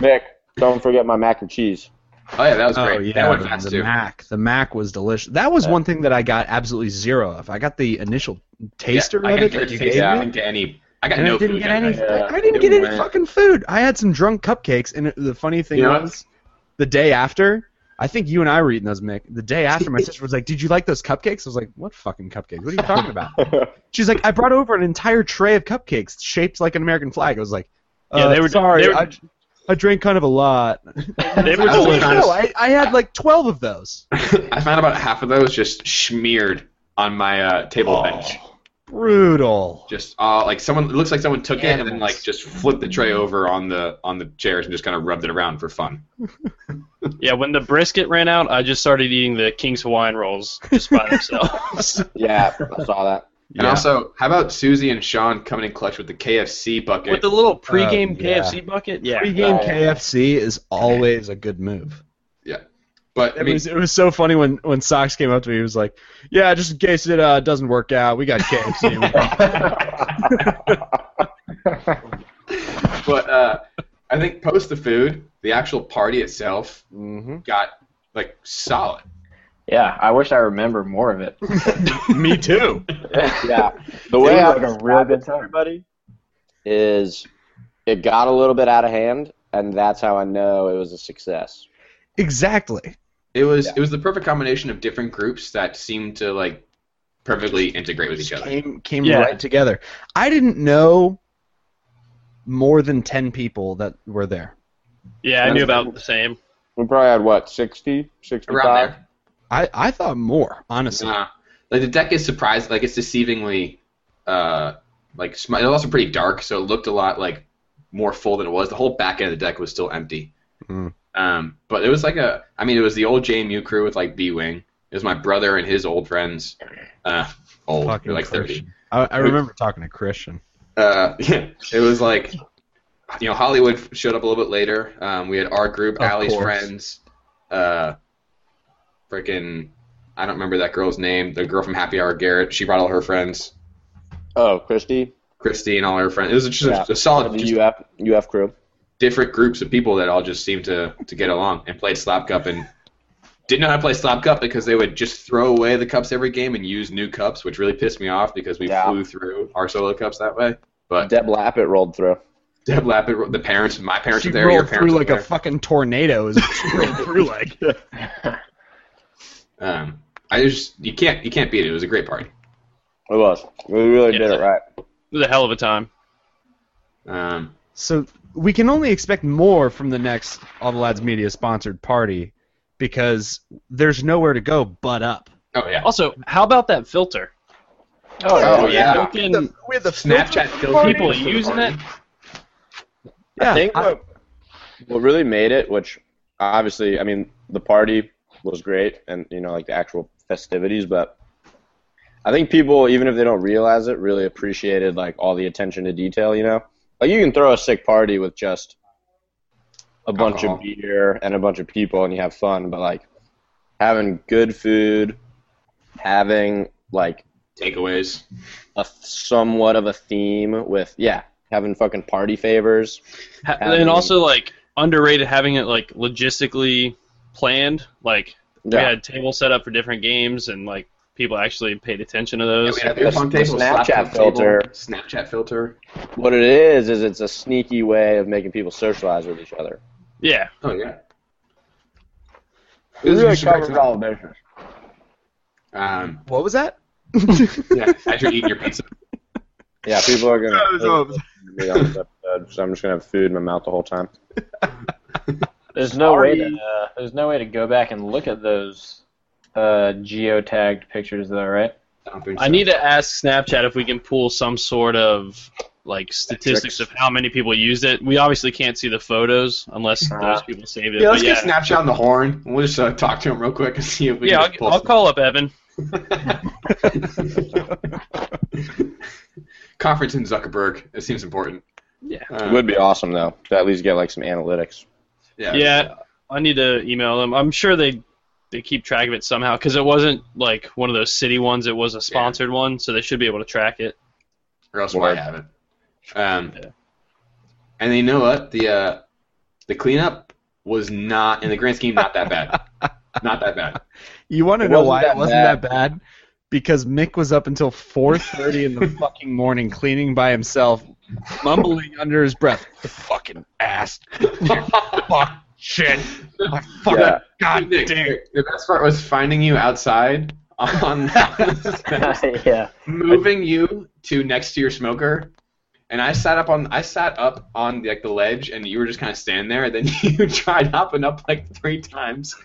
Speaker 3: Vic, don't forget my mac and cheese.
Speaker 1: Oh yeah, that was
Speaker 2: Oh
Speaker 1: great.
Speaker 2: yeah,
Speaker 1: that went
Speaker 2: the-
Speaker 1: fast
Speaker 2: the
Speaker 1: too.
Speaker 2: mac. The mac was delicious. That was
Speaker 3: Yeah.
Speaker 2: one thing that I got absolutely zero of. I got the initial taster
Speaker 1: yeah, I
Speaker 2: of
Speaker 1: got
Speaker 2: it
Speaker 1: no
Speaker 2: that you
Speaker 1: taste
Speaker 2: gave
Speaker 1: of
Speaker 2: me,
Speaker 1: it to any. I got
Speaker 2: and
Speaker 1: no
Speaker 2: I didn't
Speaker 1: food
Speaker 2: get
Speaker 1: that night.
Speaker 2: any.
Speaker 4: Yeah.
Speaker 2: I didn't get
Speaker 1: It
Speaker 2: any
Speaker 1: went.
Speaker 2: fucking food. I had some drunk cupcakes, and the funny thing
Speaker 1: You know what?
Speaker 2: was, the day after. I think you and I were eating those, Mick. The day after, my sister was like, "Did you like those cupcakes?" I was like, "What fucking cupcakes? What are you talking about?" She's like, I brought over an entire tray of cupcakes shaped like an American flag. I was like, uh,
Speaker 5: Yeah, they were-
Speaker 2: sorry,
Speaker 5: they were-
Speaker 2: I, I drank kind of a lot.
Speaker 5: it. They were
Speaker 1: I was Wait,
Speaker 2: No,
Speaker 5: delicious.
Speaker 1: trying to-
Speaker 2: no, I, I had like 12 of those.
Speaker 1: I found about half of those just smeared on my uh,
Speaker 2: Oh.
Speaker 1: table bench.
Speaker 2: Brutal.
Speaker 1: Just uh, like someone, it looks like someone took it and then
Speaker 2: Animals.
Speaker 1: like just flipped the tray over on the on the chairs and just kind of rubbed it around for fun.
Speaker 5: Yeah, when the brisket ran out, I just started eating the King's Hawaiian rolls just by themselves.
Speaker 3: yeah, I saw that.
Speaker 1: And also, how about Susie and Sean coming in clutch with the KFC bucket?
Speaker 5: With the little pregame
Speaker 2: Uh, yeah.
Speaker 5: KFC bucket? Yeah.
Speaker 2: Pre-game
Speaker 3: Yeah.
Speaker 2: KFC is always a good move.
Speaker 1: but I
Speaker 2: It
Speaker 1: mean,
Speaker 2: was it was so funny when when Sox came up to me. He was like, "Yeah, just in case it uh, doesn't work out, we got KFC."
Speaker 1: but uh, I think post the food, the actual party itself
Speaker 2: mm-hmm.
Speaker 1: got like solid.
Speaker 4: yeah, I wish I remember more of it.
Speaker 2: Me too.
Speaker 3: Yeah. The
Speaker 4: It
Speaker 3: way I
Speaker 4: was like a real good time.
Speaker 3: everybody is it got a little bit out of hand, and that's how I know it was a success.
Speaker 2: Exactly.
Speaker 1: It was
Speaker 3: Yeah.
Speaker 1: it was the perfect combination of different groups that seemed to like perfectly integrate with each other.
Speaker 2: Came came
Speaker 5: Yeah.
Speaker 2: right together. I didn't know more than 10 people that were there.
Speaker 5: Yeah, I knew about the same.
Speaker 3: We probably had what 60, 65?
Speaker 1: Around there.
Speaker 2: I, I thought more, honestly.
Speaker 1: Nah. Like the deck is surprised, like it's deceivingly, uh, like sm- it was also pretty dark, so it looked a lot like more full than it was. The whole back end of the deck was still empty.
Speaker 2: Mm.
Speaker 1: Um, but it was like a, I mean, it was the old JMU crew with like B Wing. It was my brother and his old friends, uh, old,
Speaker 2: Fucking
Speaker 1: they're like
Speaker 2: Christian.
Speaker 1: thirty.
Speaker 2: I, I remember talking to Christian.
Speaker 1: Uh, yeah, it was like, you know, Hollywood showed up a little bit later. Um, we had our group,
Speaker 2: Of
Speaker 1: Allie's
Speaker 2: course.
Speaker 1: friends, uh, freaking, I don't remember that girl's name. The girl from Happy Hour, Garrett. She brought all her friends.
Speaker 3: Oh, Christy,
Speaker 1: Christy and all her friends. It was just a-
Speaker 3: Yeah.
Speaker 1: a, solid, just
Speaker 3: the UF UF crew.
Speaker 1: different groups of people that all just seemed to, to get along and played slap cup and didn't know how to play slap cup because they would just throw away the cups every game and use new cups, which really pissed me off because we
Speaker 3: Yeah.
Speaker 1: flew through our solo cups that way. But
Speaker 3: Deb Lappet rolled through.
Speaker 1: Deb Lappet, the parents, my parents
Speaker 2: she
Speaker 1: are there, your
Speaker 2: rolled
Speaker 1: parents
Speaker 2: through
Speaker 1: are
Speaker 2: like
Speaker 1: there.
Speaker 2: a fucking tornado. Is what she rolled through like.
Speaker 1: um, I just you can't you can't beat it. It was a great party.
Speaker 3: It was. We really did
Speaker 5: Yeah.
Speaker 3: it right.
Speaker 5: It was a hell of a time.
Speaker 1: Um,
Speaker 2: So we can only expect more from the next All the Lads Media sponsored party because there's nowhere to go but up.
Speaker 1: oh yeah,
Speaker 5: Also, how about that filter?
Speaker 4: Oh,
Speaker 1: Oh, yeah.
Speaker 5: Fucking
Speaker 2: with the
Speaker 1: Snapchat filter
Speaker 5: people using it.
Speaker 2: Yeah,
Speaker 3: I think
Speaker 2: I-
Speaker 3: what, what really made it, which obviously, I mean, the party was great, and you know, like the actual festivities, but I think people, even if they don't realize it, really appreciated like all the attention to detail. You know, like you can throw a sick party with just a bunch
Speaker 1: Alcohol.
Speaker 3: of beer and a bunch of people, and you have fun. But like having good food, having like
Speaker 1: takeaways.
Speaker 3: a somewhat of a theme with yeah, having fucking party favors.
Speaker 5: Ha-
Speaker 3: Having-
Speaker 5: and also like underrated having it like logistically planned. Like we had tables set up for different games, and like people actually paid attention to
Speaker 1: Yeah,
Speaker 5: those.
Speaker 1: we had a
Speaker 3: The-
Speaker 1: ping-pong
Speaker 3: the
Speaker 1: table, slap
Speaker 3: Snapchat
Speaker 1: table,
Speaker 3: filter.
Speaker 1: Snapchat filter.
Speaker 3: What it is is it's a sneaky way of making people socialize with each other.
Speaker 5: yeah,
Speaker 1: Oh yeah.
Speaker 4: It
Speaker 1: It was
Speaker 4: really
Speaker 1: just a great
Speaker 4: covers
Speaker 1: time.
Speaker 4: all bases.
Speaker 1: Um,
Speaker 2: what was that?
Speaker 1: yeah, as you're eating your pizza.
Speaker 3: Yeah, people are gonna
Speaker 2: That was what was-
Speaker 3: be on this episode, so I'm just gonna have food in my mouth the whole time.
Speaker 4: There's no way.
Speaker 5: Sorry.
Speaker 4: To, uh, there's no way to go back and look at those uh, geotagged pictures, though, right?
Speaker 1: I, don't think
Speaker 5: I
Speaker 1: so.
Speaker 5: need to ask Snapchat if we can pull some sort of like statistics
Speaker 3: Metrics.
Speaker 5: of how many people used it. We obviously can't see the photos unless
Speaker 4: Uh-huh.
Speaker 5: those people saved it.
Speaker 1: Yeah,
Speaker 5: but
Speaker 1: let's
Speaker 5: yeah,
Speaker 1: get Snapchat on the horn. and We'll just uh, talk to him real quick and see if we
Speaker 5: yeah,
Speaker 1: can just
Speaker 5: I'll, I'll call up Evan.
Speaker 1: Conference in Zuckerberg. It seems important.
Speaker 5: Yeah.
Speaker 1: Uh,
Speaker 3: It would be awesome though to at least get like some analytics.
Speaker 1: Yeah.
Speaker 5: Yeah, I need to email them. I'm sure they they keep track of it somehow because it wasn't like one of those city ones. It was a sponsored one, so they should be able to track it.
Speaker 1: Or else why
Speaker 3: Word.
Speaker 1: have it? Um,
Speaker 5: Yeah.
Speaker 1: And you know what? The uh, the cleanup was not in the grand scheme not that bad. not that bad.
Speaker 2: You want to
Speaker 3: It
Speaker 2: know
Speaker 3: wasn't
Speaker 2: why
Speaker 3: that
Speaker 2: it wasn't
Speaker 3: bad.
Speaker 2: that bad? Because Mick was up until 4:30 in the fucking morning cleaning by himself, mumbling under his breath, "The fucking ass, fuck, shit, I fucking
Speaker 3: Yeah.
Speaker 2: god
Speaker 1: Nick,
Speaker 2: damn."
Speaker 1: The best part was finding you outside on
Speaker 4: yeah.
Speaker 1: moving you to next to your smoker. And I sat up on I sat up on like the ledge, and you were just kind of standing there. And then you tried hopping up like three times.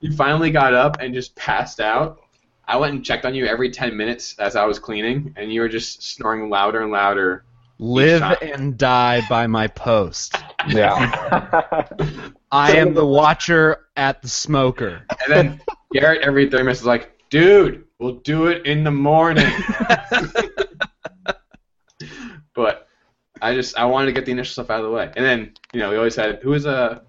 Speaker 1: You finally got up and just passed out. I went and checked on you every ten minutes as I was cleaning, and you were just snoring louder and louder.
Speaker 2: Live
Speaker 1: shot.
Speaker 2: and die by my post.
Speaker 3: Yeah.
Speaker 2: I am the watcher at the smoker.
Speaker 1: And then Garrett every thirty minutes is like, "Dude, we'll do it in the morning." but I just I wanted to get the initial stuff out of the way, and then you know we always had who was uh,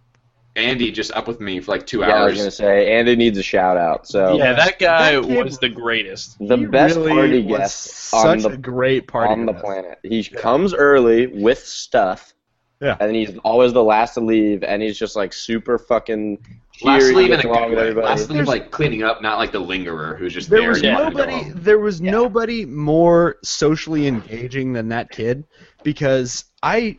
Speaker 1: Andy just up with me for like two
Speaker 3: yeah, I was
Speaker 1: hours.
Speaker 3: gonna say, and it needs a shout out. So
Speaker 5: Yeah, that guy
Speaker 2: That kid-
Speaker 5: was the greatest.
Speaker 3: the
Speaker 2: He
Speaker 3: best
Speaker 2: really
Speaker 3: party
Speaker 2: was
Speaker 3: guest on
Speaker 2: such a
Speaker 3: the
Speaker 2: great party
Speaker 3: on the
Speaker 2: guest.
Speaker 3: planet. He comes early with stuff.
Speaker 2: Yeah.
Speaker 3: And he's always the last to leave, and he's just like super fucking.
Speaker 1: Last
Speaker 3: cheery,
Speaker 1: leave in a
Speaker 3: gets along
Speaker 1: good
Speaker 3: with
Speaker 1: way.
Speaker 3: everybody.
Speaker 1: Last leave
Speaker 2: There's-
Speaker 1: like cleaning up, not like the lingerer who's just
Speaker 2: There
Speaker 1: there.
Speaker 2: was
Speaker 1: and you wanna go
Speaker 2: nobody.
Speaker 1: home.
Speaker 2: There was
Speaker 3: Yeah.
Speaker 2: nobody more socially engaging than that kid because I,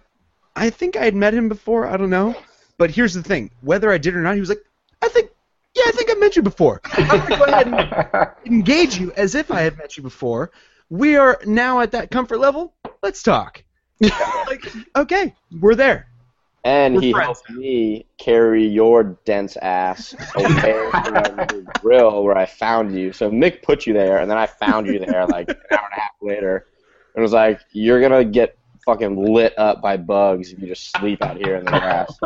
Speaker 2: I think I had met him before. I don't know, but here's the thing: whether I did or not, he was like, "I think, yeah, I think I met you before. I'm gonna go ahead and engage you as if I had met you before. We are now at that comfort level. Let's talk. like, okay, we're there.
Speaker 3: And
Speaker 2: We're
Speaker 3: he
Speaker 2: friends
Speaker 3: helped me carry your dense ass away from the grill where I found you. So Mick put you there, and then I found you there like an hour and a half later. And was like, you're gonna get fucking lit up by bugs if you just sleep out here in the grass.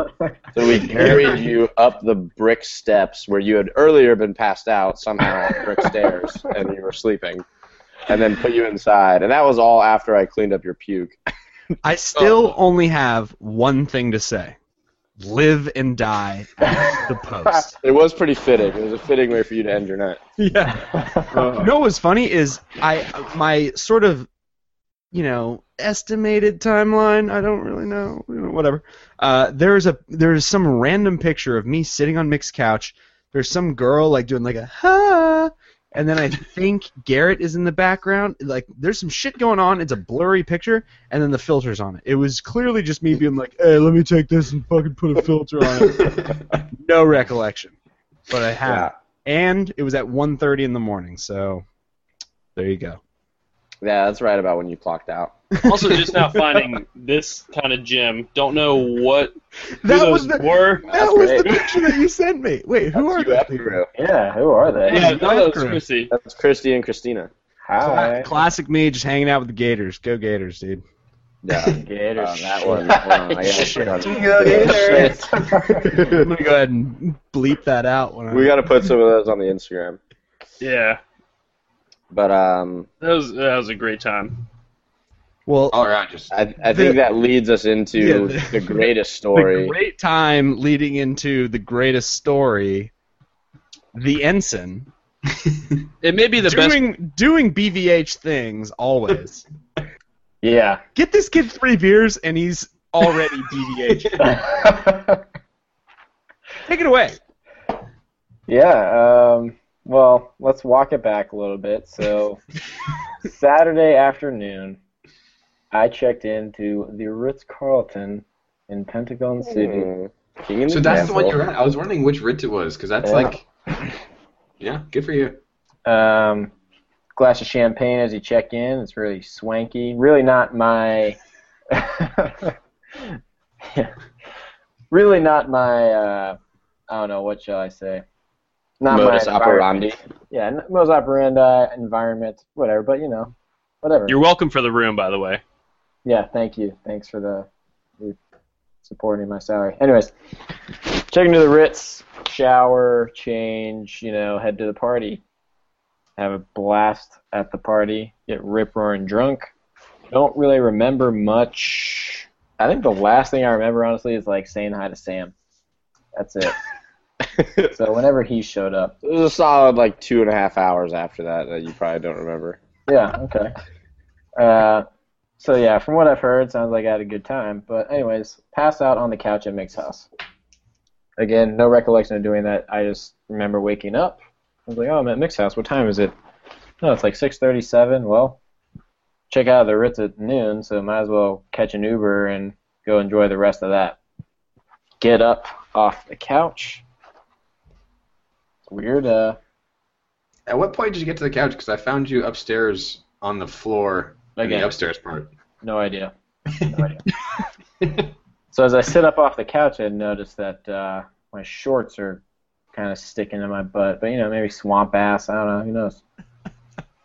Speaker 3: So we carried you up the brick steps where you had earlier been passed out somehow on brick stairs, and you were sleeping. And then put you inside, and that was all after I cleaned up your puke.
Speaker 2: I still only have one thing to say: live and die at the post.
Speaker 3: It was pretty fitting. It was a fitting way for you to end your night.
Speaker 2: yeah. You know what was funny is I my sort of you know estimated timeline. I don't really know. you know, Whatever. Uh, there's a there's some random picture of me sitting on Mick's couch. There's some girl like doing like a ha, and then I think Garrett is in the background. Like, there's some shit going on. It's a blurry picture, and then the filters on it. It was clearly just me being like, "Hey, let me take this and fucking put a filter on it." no recollection, but I have.
Speaker 3: Yeah.
Speaker 2: And it was at 1.30 in the morning, so there you go.
Speaker 3: Yeah, that's right about when you clocked out.
Speaker 5: Also, just now finding this kind of gym. Don't know what who
Speaker 2: That
Speaker 5: those
Speaker 2: was the
Speaker 5: were.
Speaker 2: that
Speaker 3: That's
Speaker 2: was the
Speaker 3: great.
Speaker 2: picture that you sent me. Wait, who are
Speaker 3: That's you
Speaker 2: those
Speaker 3: after
Speaker 2: people?
Speaker 3: you.
Speaker 4: Yeah, who are they?
Speaker 5: Yeah,
Speaker 2: the
Speaker 5: no, that was
Speaker 2: bathroom.
Speaker 5: Chrissy.
Speaker 3: That's Christy and Christina.
Speaker 4: Hi.
Speaker 2: Classic me, just hanging out with the Gators. Go Gators, dude.
Speaker 3: Yeah,
Speaker 4: Gators.
Speaker 3: on that one. Hold on, I gotta put on-
Speaker 2: I'm gonna go ahead and bleep that out when I.
Speaker 3: We gotta put some of those on the Instagram.
Speaker 5: Yeah,
Speaker 3: But um,
Speaker 5: that was that was a great time.
Speaker 2: well,
Speaker 1: All around, just
Speaker 3: I, I
Speaker 2: The-
Speaker 3: think that leads us into
Speaker 2: Yeah, the-
Speaker 3: the, greatest
Speaker 2: the
Speaker 3: story.
Speaker 2: great time leading into the greatest story. The ensign
Speaker 5: It may be the best.
Speaker 2: doing doing BVH things always.
Speaker 4: Yeah.
Speaker 2: Get this kid three beers and he's already BVH. Take it away.
Speaker 4: yeah. Um, well, let's walk it back a little bit. So, Saturday afternoon, I checked into the Ritz Carlton in Pentagon City.
Speaker 3: Mm. King and
Speaker 1: so that's the one
Speaker 3: Castle.
Speaker 1: you're at. I was wondering which Ritz it was because that's
Speaker 4: Yeah.
Speaker 1: like, yeah, good for you.
Speaker 4: Um, glass of champagne as you check in. It's really swanky. Really not my. Really not my. Uh, I don't know. What shall I say? Not
Speaker 3: modus
Speaker 4: my environment.
Speaker 3: operandi.
Speaker 4: Yeah, n- modus operandi, environment, whatever. But you know, whatever.
Speaker 5: You're welcome for the room, by the way.
Speaker 4: Yeah, thank you. Thanks for the for supporting my salary. Anyways, check into the Ritz, shower, change, you know, head to the party. Have a blast at the party. Get rip roaring drunk. Don't really remember much. I think the last thing I remember honestly is like saying hi to Sam. That's it. so whenever he showed up.
Speaker 3: It was a solid like two and a half hours after that that you probably don't remember.
Speaker 4: Yeah, okay. Uh, so yeah, from what I've heard, sounds like I had a good time. But anyways, pass out on the couch at Mick's house. Again, no recollection of doing that. I just remember waking up. I was like, oh, I'm at Mick's house. What time is it? No, it's like 6:37. Well, check out of the Ritz at noon, so might as well catch an Uber and go enjoy the rest of that. Get up off the couch. It's weird. Uh,
Speaker 1: At what point did you get to the couch? Because I found you upstairs on the floor in
Speaker 4: Again.
Speaker 1: the upstairs part.
Speaker 4: No idea. No idea. so as I sit up off the couch, I notice that uh, my shorts are kind of sticking to my butt. But you know, maybe swamp ass. I don't know. Who knows?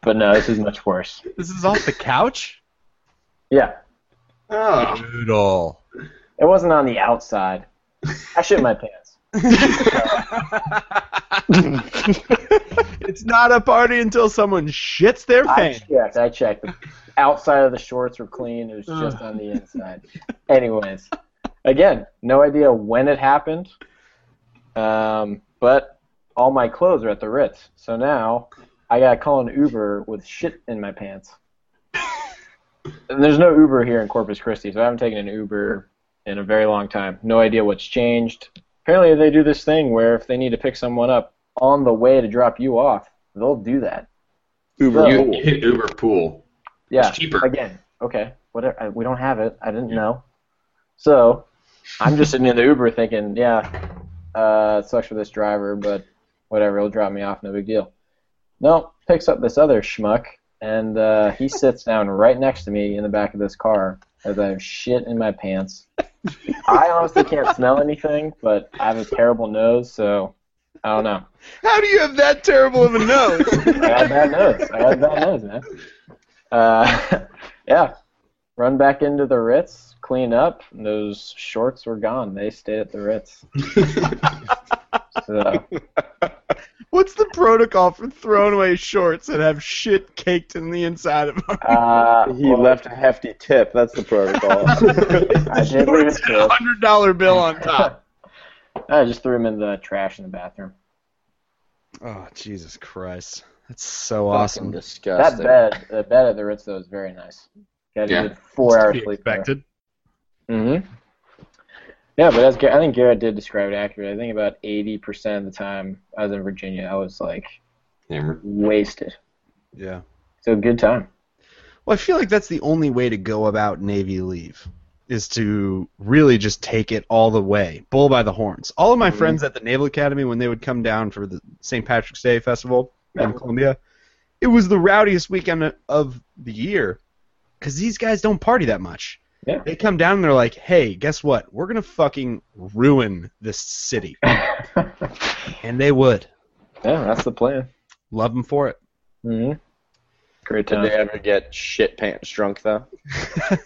Speaker 4: But no, this is much worse.
Speaker 2: This is off the couch.
Speaker 4: Yeah,
Speaker 1: Oh,
Speaker 2: Brutal.
Speaker 4: it wasn't on the outside. I shit my pants.
Speaker 2: it's not a party until someone shits their
Speaker 4: I
Speaker 2: pants.
Speaker 4: checked. I checked. The outside of the shorts were clean. It was just on the inside. Anyways, again, no idea when it happened. Um, but all my clothes are at the Ritz, so now I gotta call an Uber with shit in my pants. and there's no Uber here in Corpus Christi, so I haven't taken an Uber in a very long time. No idea what's changed. Apparently, they do this thing where if they need to pick someone up on the way to drop you off, they'll do that.
Speaker 3: Uber
Speaker 4: You-
Speaker 3: pool.
Speaker 1: you hit Uber pool.
Speaker 4: Yeah.
Speaker 1: It's cheaper.
Speaker 4: Again, okay, whatever. I, we don't have it. I didn't know. So I'm just sitting in the Uber thinking, yeah, uh, it sucks for this driver, but whatever, he'll drop me off, no big deal. No, picks up this other schmuck, and uh, he sits down right next to me in the back of this car as I have shit in my pants. I honestly can't smell anything, but I have a terrible nose, so I don't know.
Speaker 2: How do you have that terrible of a nose?
Speaker 4: I got a bad nose. I got a bad nose, man. Uh, yeah. Run back into the Ritz, clean up. And those shorts were gone. They stayed at the Ritz. So
Speaker 2: What's the protocol for throwing away shorts that have shit caked in the inside of them?
Speaker 4: uh,
Speaker 3: He left a hefty tip. That's the protocol.
Speaker 4: I did leave it
Speaker 2: Shorts and a
Speaker 4: still.
Speaker 2: hundred dollar bill on top.
Speaker 4: I just threw them in the trash in the bathroom.
Speaker 2: Oh Jesus Christ! That's so
Speaker 3: Fucking
Speaker 2: awesome.
Speaker 4: That
Speaker 3: Disgusting.
Speaker 4: bed, the bed at the Ritz though is very nice. Got a
Speaker 1: Yeah.
Speaker 4: good four hours sleep. there. Mm-hmm. Yeah, but as Gar- I think Garrett did describe it accurately. I think about eighty percent of the time I was in Virginia, I was like
Speaker 1: Hammer.
Speaker 4: Wasted.
Speaker 2: Yeah.
Speaker 4: So good time.
Speaker 2: Well, I feel like that's the only way to go about Navy leave is to really just take it all the way, bull by the horns. All of
Speaker 4: Mm-hmm.
Speaker 2: my friends at the Naval Academy, when they would come down for the St. Patrick's Day Festival in
Speaker 4: Yeah.
Speaker 2: Columbia, it was the rowdiest weekend of the year because these guys don't party that much.
Speaker 4: Yeah.
Speaker 2: They come down and they're like, hey, guess what? We're going to fucking ruin this city.
Speaker 4: yeah,
Speaker 2: And they would.
Speaker 4: that's the plan.
Speaker 2: Love them for it.
Speaker 4: hmm Great
Speaker 3: Did
Speaker 4: time.
Speaker 3: they ever get shit pants drunk though?
Speaker 4: I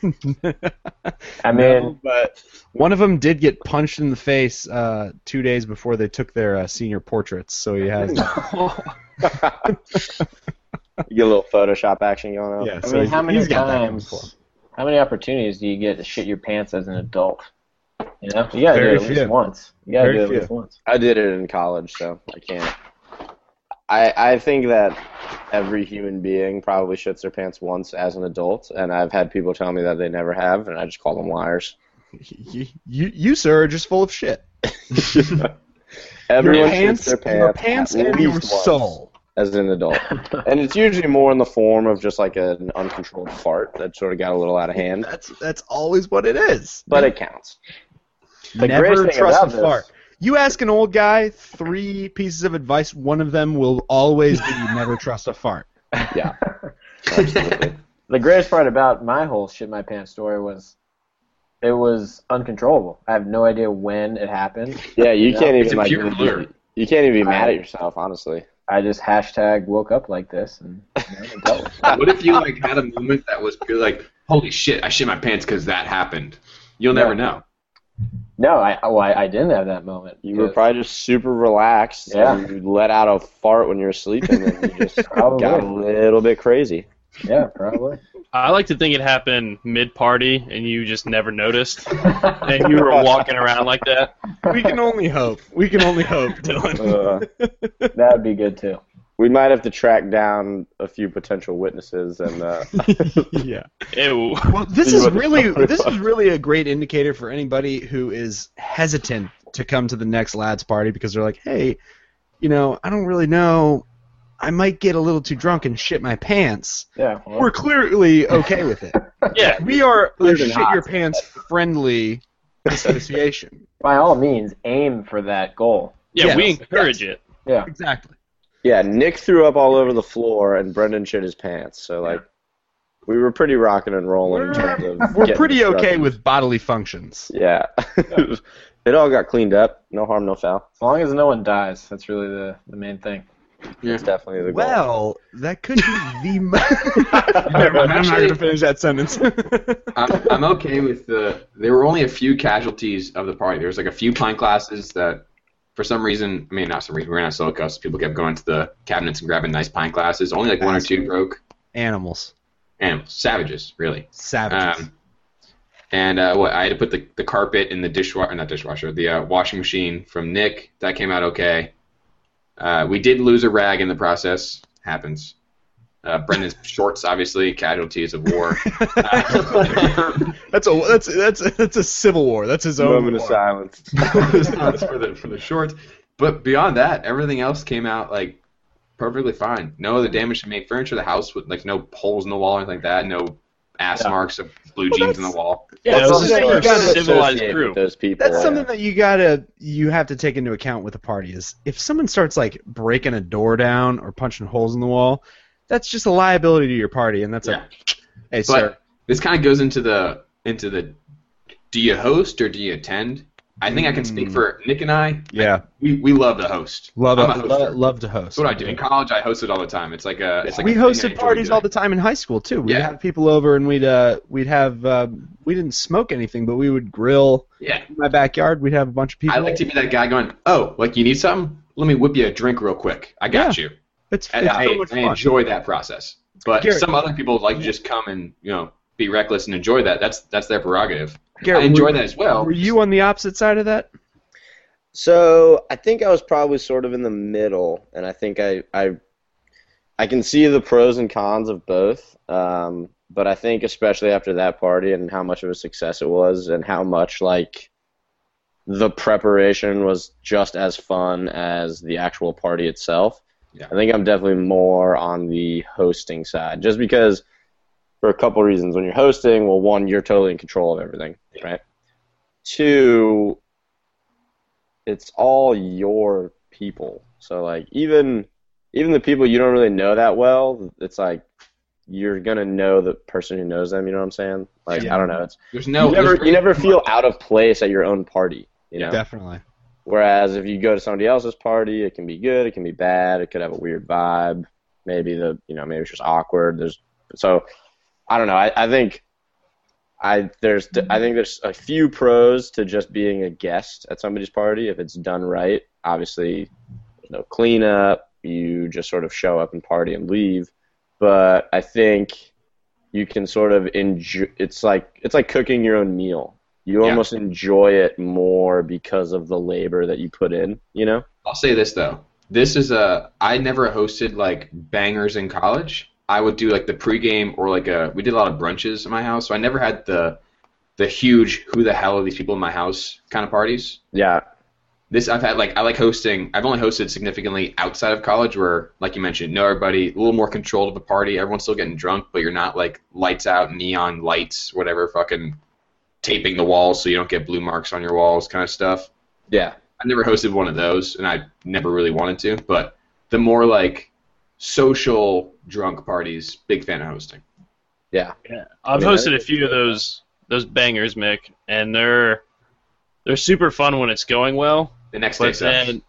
Speaker 2: No,
Speaker 4: mean,
Speaker 2: but one of them did get punched in the face uh, two days before they took their uh, senior portraits, so he has.
Speaker 3: you get a little Photoshop action going on.
Speaker 2: yeah,
Speaker 4: I
Speaker 2: so
Speaker 4: mean,
Speaker 2: he's-
Speaker 4: how many
Speaker 2: he's got that going for him.
Speaker 4: times? How many opportunities do you get to shit your pants as an adult? You know, you gotta
Speaker 2: Very
Speaker 4: do it at least
Speaker 2: few.
Speaker 4: once. You gotta
Speaker 2: Very
Speaker 4: do it at least
Speaker 2: few.
Speaker 4: once.
Speaker 3: I did it in college, so I can't. I I think that every human being probably shits their pants once as an adult, and I've had people tell me that they never have, and I just call them liars.
Speaker 2: You, you, you, sir, are just full of shit.
Speaker 3: Everyone
Speaker 2: your pants,
Speaker 3: shits their pants,
Speaker 2: your pants,
Speaker 3: at
Speaker 2: and your
Speaker 3: least once
Speaker 2: soul.
Speaker 3: as an adult, and it's usually more in the form of just like an uncontrolled fart that sort of got a little out of hand,
Speaker 2: That's that's always what it is.
Speaker 3: but it counts. the greatest
Speaker 2: never
Speaker 3: thing
Speaker 2: trust a
Speaker 3: about this-
Speaker 2: fart. You ask an old guy three pieces of advice. One of them will always be never trust a fart.
Speaker 3: Yeah, absolutely.
Speaker 4: The greatest part about my whole shit my pants story was it was uncontrollable. I have no idea when it happened.
Speaker 3: Yeah, you
Speaker 4: Yeah.
Speaker 3: can't
Speaker 1: It's
Speaker 3: even
Speaker 1: a
Speaker 3: like
Speaker 1: pure
Speaker 3: really be-
Speaker 1: blur.
Speaker 3: you can't even be mad
Speaker 4: I-
Speaker 3: at yourself, honestly.
Speaker 4: I just hashtag woke up like this and you know, dealt with it.
Speaker 1: What if you like had a moment that was pure like, holy shit, I shit my pants because that happened? You'll never know.
Speaker 4: No, I well, I, I didn't have that moment.
Speaker 3: You were
Speaker 4: because
Speaker 3: probably just super relaxed.
Speaker 4: Yeah.
Speaker 3: And you let out a fart when you were sleeping, and you just
Speaker 4: Probably.
Speaker 3: got a little bit crazy.
Speaker 4: yeah, probably.
Speaker 5: I like to think it happened mid party and you just never noticed. and you were walking around like that.
Speaker 2: We can only hope. We can only hope, Dylan.
Speaker 3: Uh,
Speaker 4: that would be good too.
Speaker 3: we might have to track down a few potential witnesses, and uh,
Speaker 2: yeah.
Speaker 5: Ew.
Speaker 2: Well, this
Speaker 3: See
Speaker 2: is
Speaker 3: what the
Speaker 2: really
Speaker 3: fuck
Speaker 2: this
Speaker 3: it
Speaker 2: is really a great indicator for anybody who is hesitant to come to the next lads party because they're like, hey, you know, I don't really know. I might get a little too drunk and shit my pants.
Speaker 4: Yeah. well,
Speaker 2: We're clearly okay with it.
Speaker 5: Yeah.
Speaker 2: We are a
Speaker 3: Clearly
Speaker 2: shit
Speaker 3: not.
Speaker 2: your pants friendly association.
Speaker 4: by all means, aim for that goal.
Speaker 5: Yeah,
Speaker 2: Yes.
Speaker 5: we encourage it.
Speaker 4: Yeah.
Speaker 2: exactly.
Speaker 3: yeah, Nick threw up all over the floor, and Brendan shit his pants. So like, we were pretty rocking and rolling. in terms of
Speaker 2: We're
Speaker 3: getting
Speaker 2: pretty okay
Speaker 3: instructions.
Speaker 2: with bodily functions.
Speaker 3: Yeah, it all got cleaned up. No harm, no foul.
Speaker 4: As long as no one dies, that's really the, the main thing.
Speaker 3: It's definitely the goal.
Speaker 2: Well, that could be the. mo- Never mind, I'm not going to finish that sentence.
Speaker 1: I'm, I'm okay with the. There were only a few casualties of the party. There was like a few pint glasses that, for some reason, I mean, not some reason, we ran out of solo cups. People kept going to the cabinets and grabbing nice pint glasses. Only like one or two broke.
Speaker 2: Animals,
Speaker 1: Animals, savages, really.
Speaker 2: savages.
Speaker 1: Um, and uh, what I had to put the, the carpet in the dishwasher, not dishwasher, the uh, washing machine from Nick. That came out okay. Uh, we did lose a rag in the process. Happens. Uh, Brendan's shorts, obviously, casualties of war. Uh,
Speaker 2: That's a that's that's that's a civil war. That's his own.
Speaker 3: moment of
Speaker 2: war.
Speaker 3: silence.
Speaker 1: That's for the for the shorts. But beyond that, everything else came out like perfectly fine. No other damage to main furniture. The house with like no holes in the wall or anything like that. No ass
Speaker 4: Yeah.
Speaker 1: marks of blue
Speaker 2: Well,
Speaker 1: jeans in the
Speaker 2: that's-
Speaker 1: wall.
Speaker 5: Yeah, it
Speaker 2: That's something
Speaker 5: was just
Speaker 2: that you
Speaker 5: a
Speaker 2: gotta
Speaker 5: civilized
Speaker 3: associate
Speaker 5: crew.
Speaker 3: with Those people.
Speaker 2: That's something that you gotta you have to take into account with a party is if someone starts like breaking a door down or punching holes in the wall, that's just a liability to your party, and that's
Speaker 1: Yeah.
Speaker 2: a hey
Speaker 1: But
Speaker 2: sir.
Speaker 1: this kind of goes into the into the do you host or do you attend? I think I can speak
Speaker 2: Mm.
Speaker 1: for Nick and I.
Speaker 2: Yeah,
Speaker 1: We, we love to host.
Speaker 2: love
Speaker 1: I'm a hoster.
Speaker 2: love, love to host.
Speaker 1: That's what I do. In college, I hosted all the time. It's like a it's like
Speaker 2: we
Speaker 1: a thing I enjoy
Speaker 2: hosted parties all
Speaker 1: doing.
Speaker 2: the time in high school too. We'd
Speaker 1: Yeah.
Speaker 2: have people over and we'd uh we'd have uh, we didn't smoke anything, but we would grill
Speaker 1: Yeah,
Speaker 2: in my backyard. We'd have a bunch of people.
Speaker 1: I like to be that guy going, oh, like you need something? Let me whip you a drink real quick. I got you.
Speaker 2: It's,
Speaker 1: And
Speaker 2: it's
Speaker 1: I,
Speaker 2: so much
Speaker 1: I
Speaker 2: fun.
Speaker 1: enjoy that process. But
Speaker 2: Garrett-
Speaker 1: some other people like to just come and you know be reckless and enjoy that. That's that's their prerogative.
Speaker 2: Garrett,
Speaker 1: I enjoy
Speaker 2: were-
Speaker 1: that as well.
Speaker 2: Were you on the opposite side of that?
Speaker 3: So I think I was probably sort of in the middle, and I think I I, I can see the pros and cons of both. Um, but I think especially after that party and how much of a success it was, and how much like the preparation was just as fun as the actual party itself.
Speaker 1: Yeah.
Speaker 3: I think I'm definitely more on the hosting side, just because for a couple reasons. When you're hosting, well, one, you're totally in control of everything, right? Two, it's all your people. So like even even the people you don't really know that well, it's like you're gonna know the person who knows them. You know what I'm saying? Like
Speaker 1: Yeah.
Speaker 3: I don't know. It's
Speaker 1: There's no.
Speaker 3: you
Speaker 1: there's-
Speaker 3: never you never feel out of place at your own party. You know.
Speaker 2: Definitely.
Speaker 3: Whereas if you go to somebody else's party, it can be good, it can be bad, it could have a weird vibe. Maybe the you know maybe it's just awkward. There's so I don't know. I, I think I there's I think there's a few pros to just being a guest at somebody's party if it's done right. Obviously, there's no cleanup. You just sort of show up and party and leave. But I think you can sort of enjoy. It's like it's like cooking your own meal. You
Speaker 1: Yeah.
Speaker 3: almost enjoy it more because of the labor that you put in. You know?
Speaker 1: I'll say this though. This is a I never hosted like bangers in college. I would do like the pregame or like a we did a lot of brunches at my house, so I never had the the huge who the hell are these people in my house kind of parties.
Speaker 3: Yeah.
Speaker 1: This I've had like I like hosting. I've only hosted significantly outside of college, where like you mentioned, know everybody, a little more controlled of a party. Everyone's still getting drunk, but you're not like lights out, neon lights, whatever, fucking taping the walls so you don't get blue marks on your walls, kind of stuff.
Speaker 3: Yeah.
Speaker 1: I never hosted one of those, and I never really wanted to. But the more like social drunk parties, big fan of hosting.
Speaker 5: I've
Speaker 3: Yeah.
Speaker 5: hosted a few of those those bangers, Mick, and they're they're super fun when it's going well.
Speaker 1: The next day,
Speaker 5: But
Speaker 1: sucks.
Speaker 5: then,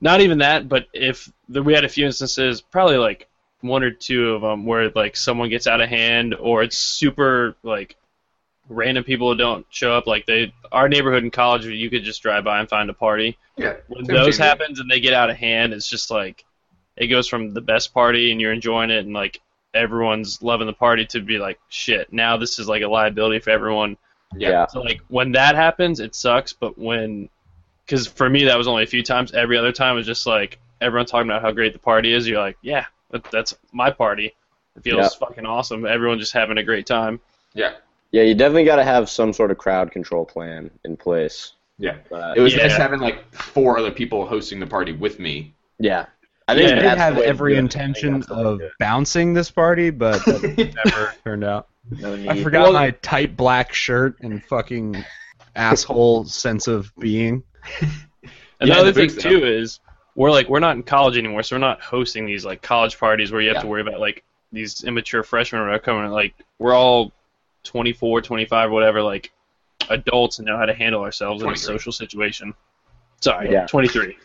Speaker 5: not even that. But if the, we had a few instances, probably like one or two of them, where like someone gets out of hand, or it's super like random people who don't show up. Like they, our neighborhood in college, you could just drive by and find a party.
Speaker 1: yeah,
Speaker 5: When
Speaker 1: Same
Speaker 5: those
Speaker 1: thing.
Speaker 5: happens and they get out of hand, it's just like it goes from the best party and you're enjoying it and like everyone's loving the party to be like shit. Now this is like a liability for everyone.
Speaker 1: yeah,
Speaker 3: Yeah.
Speaker 5: So like when that happens, it sucks. But when, because for me that was only a few times. Every other time was just like everyone talking about how great the party is. You're like, yeah, that, that's my party. It feels
Speaker 3: Yeah.
Speaker 5: fucking awesome. Everyone just having a great time.
Speaker 1: yeah,
Speaker 3: Yeah. You definitely got to have some sort of crowd control plan in place.
Speaker 1: yeah.
Speaker 3: But,
Speaker 1: It was
Speaker 5: Yeah.
Speaker 1: nice having like four other people hosting the party with me.
Speaker 3: yeah. I
Speaker 5: Yeah.
Speaker 2: I
Speaker 5: They
Speaker 2: did
Speaker 3: that's
Speaker 2: have
Speaker 3: the way to
Speaker 2: every
Speaker 3: do it. I think
Speaker 2: intention
Speaker 3: that's the way to
Speaker 2: of
Speaker 3: do it.
Speaker 2: bouncing this party, but that never turned out.
Speaker 4: No need.
Speaker 2: I forgot my tight black shirt and fucking asshole sense of being.
Speaker 5: And
Speaker 1: Yeah,
Speaker 5: the
Speaker 1: the
Speaker 5: other thing
Speaker 1: big stuff.
Speaker 5: too is we're like we're not in college anymore, so we're not hosting these like college parties where you have
Speaker 1: Yeah.
Speaker 5: to worry about like these immature freshmen who are coming. Like we're all 24, 25, whatever, like adults and know how to handle ourselves in a
Speaker 1: 23.
Speaker 5: social situation. Sorry,
Speaker 3: Yeah.
Speaker 5: 23.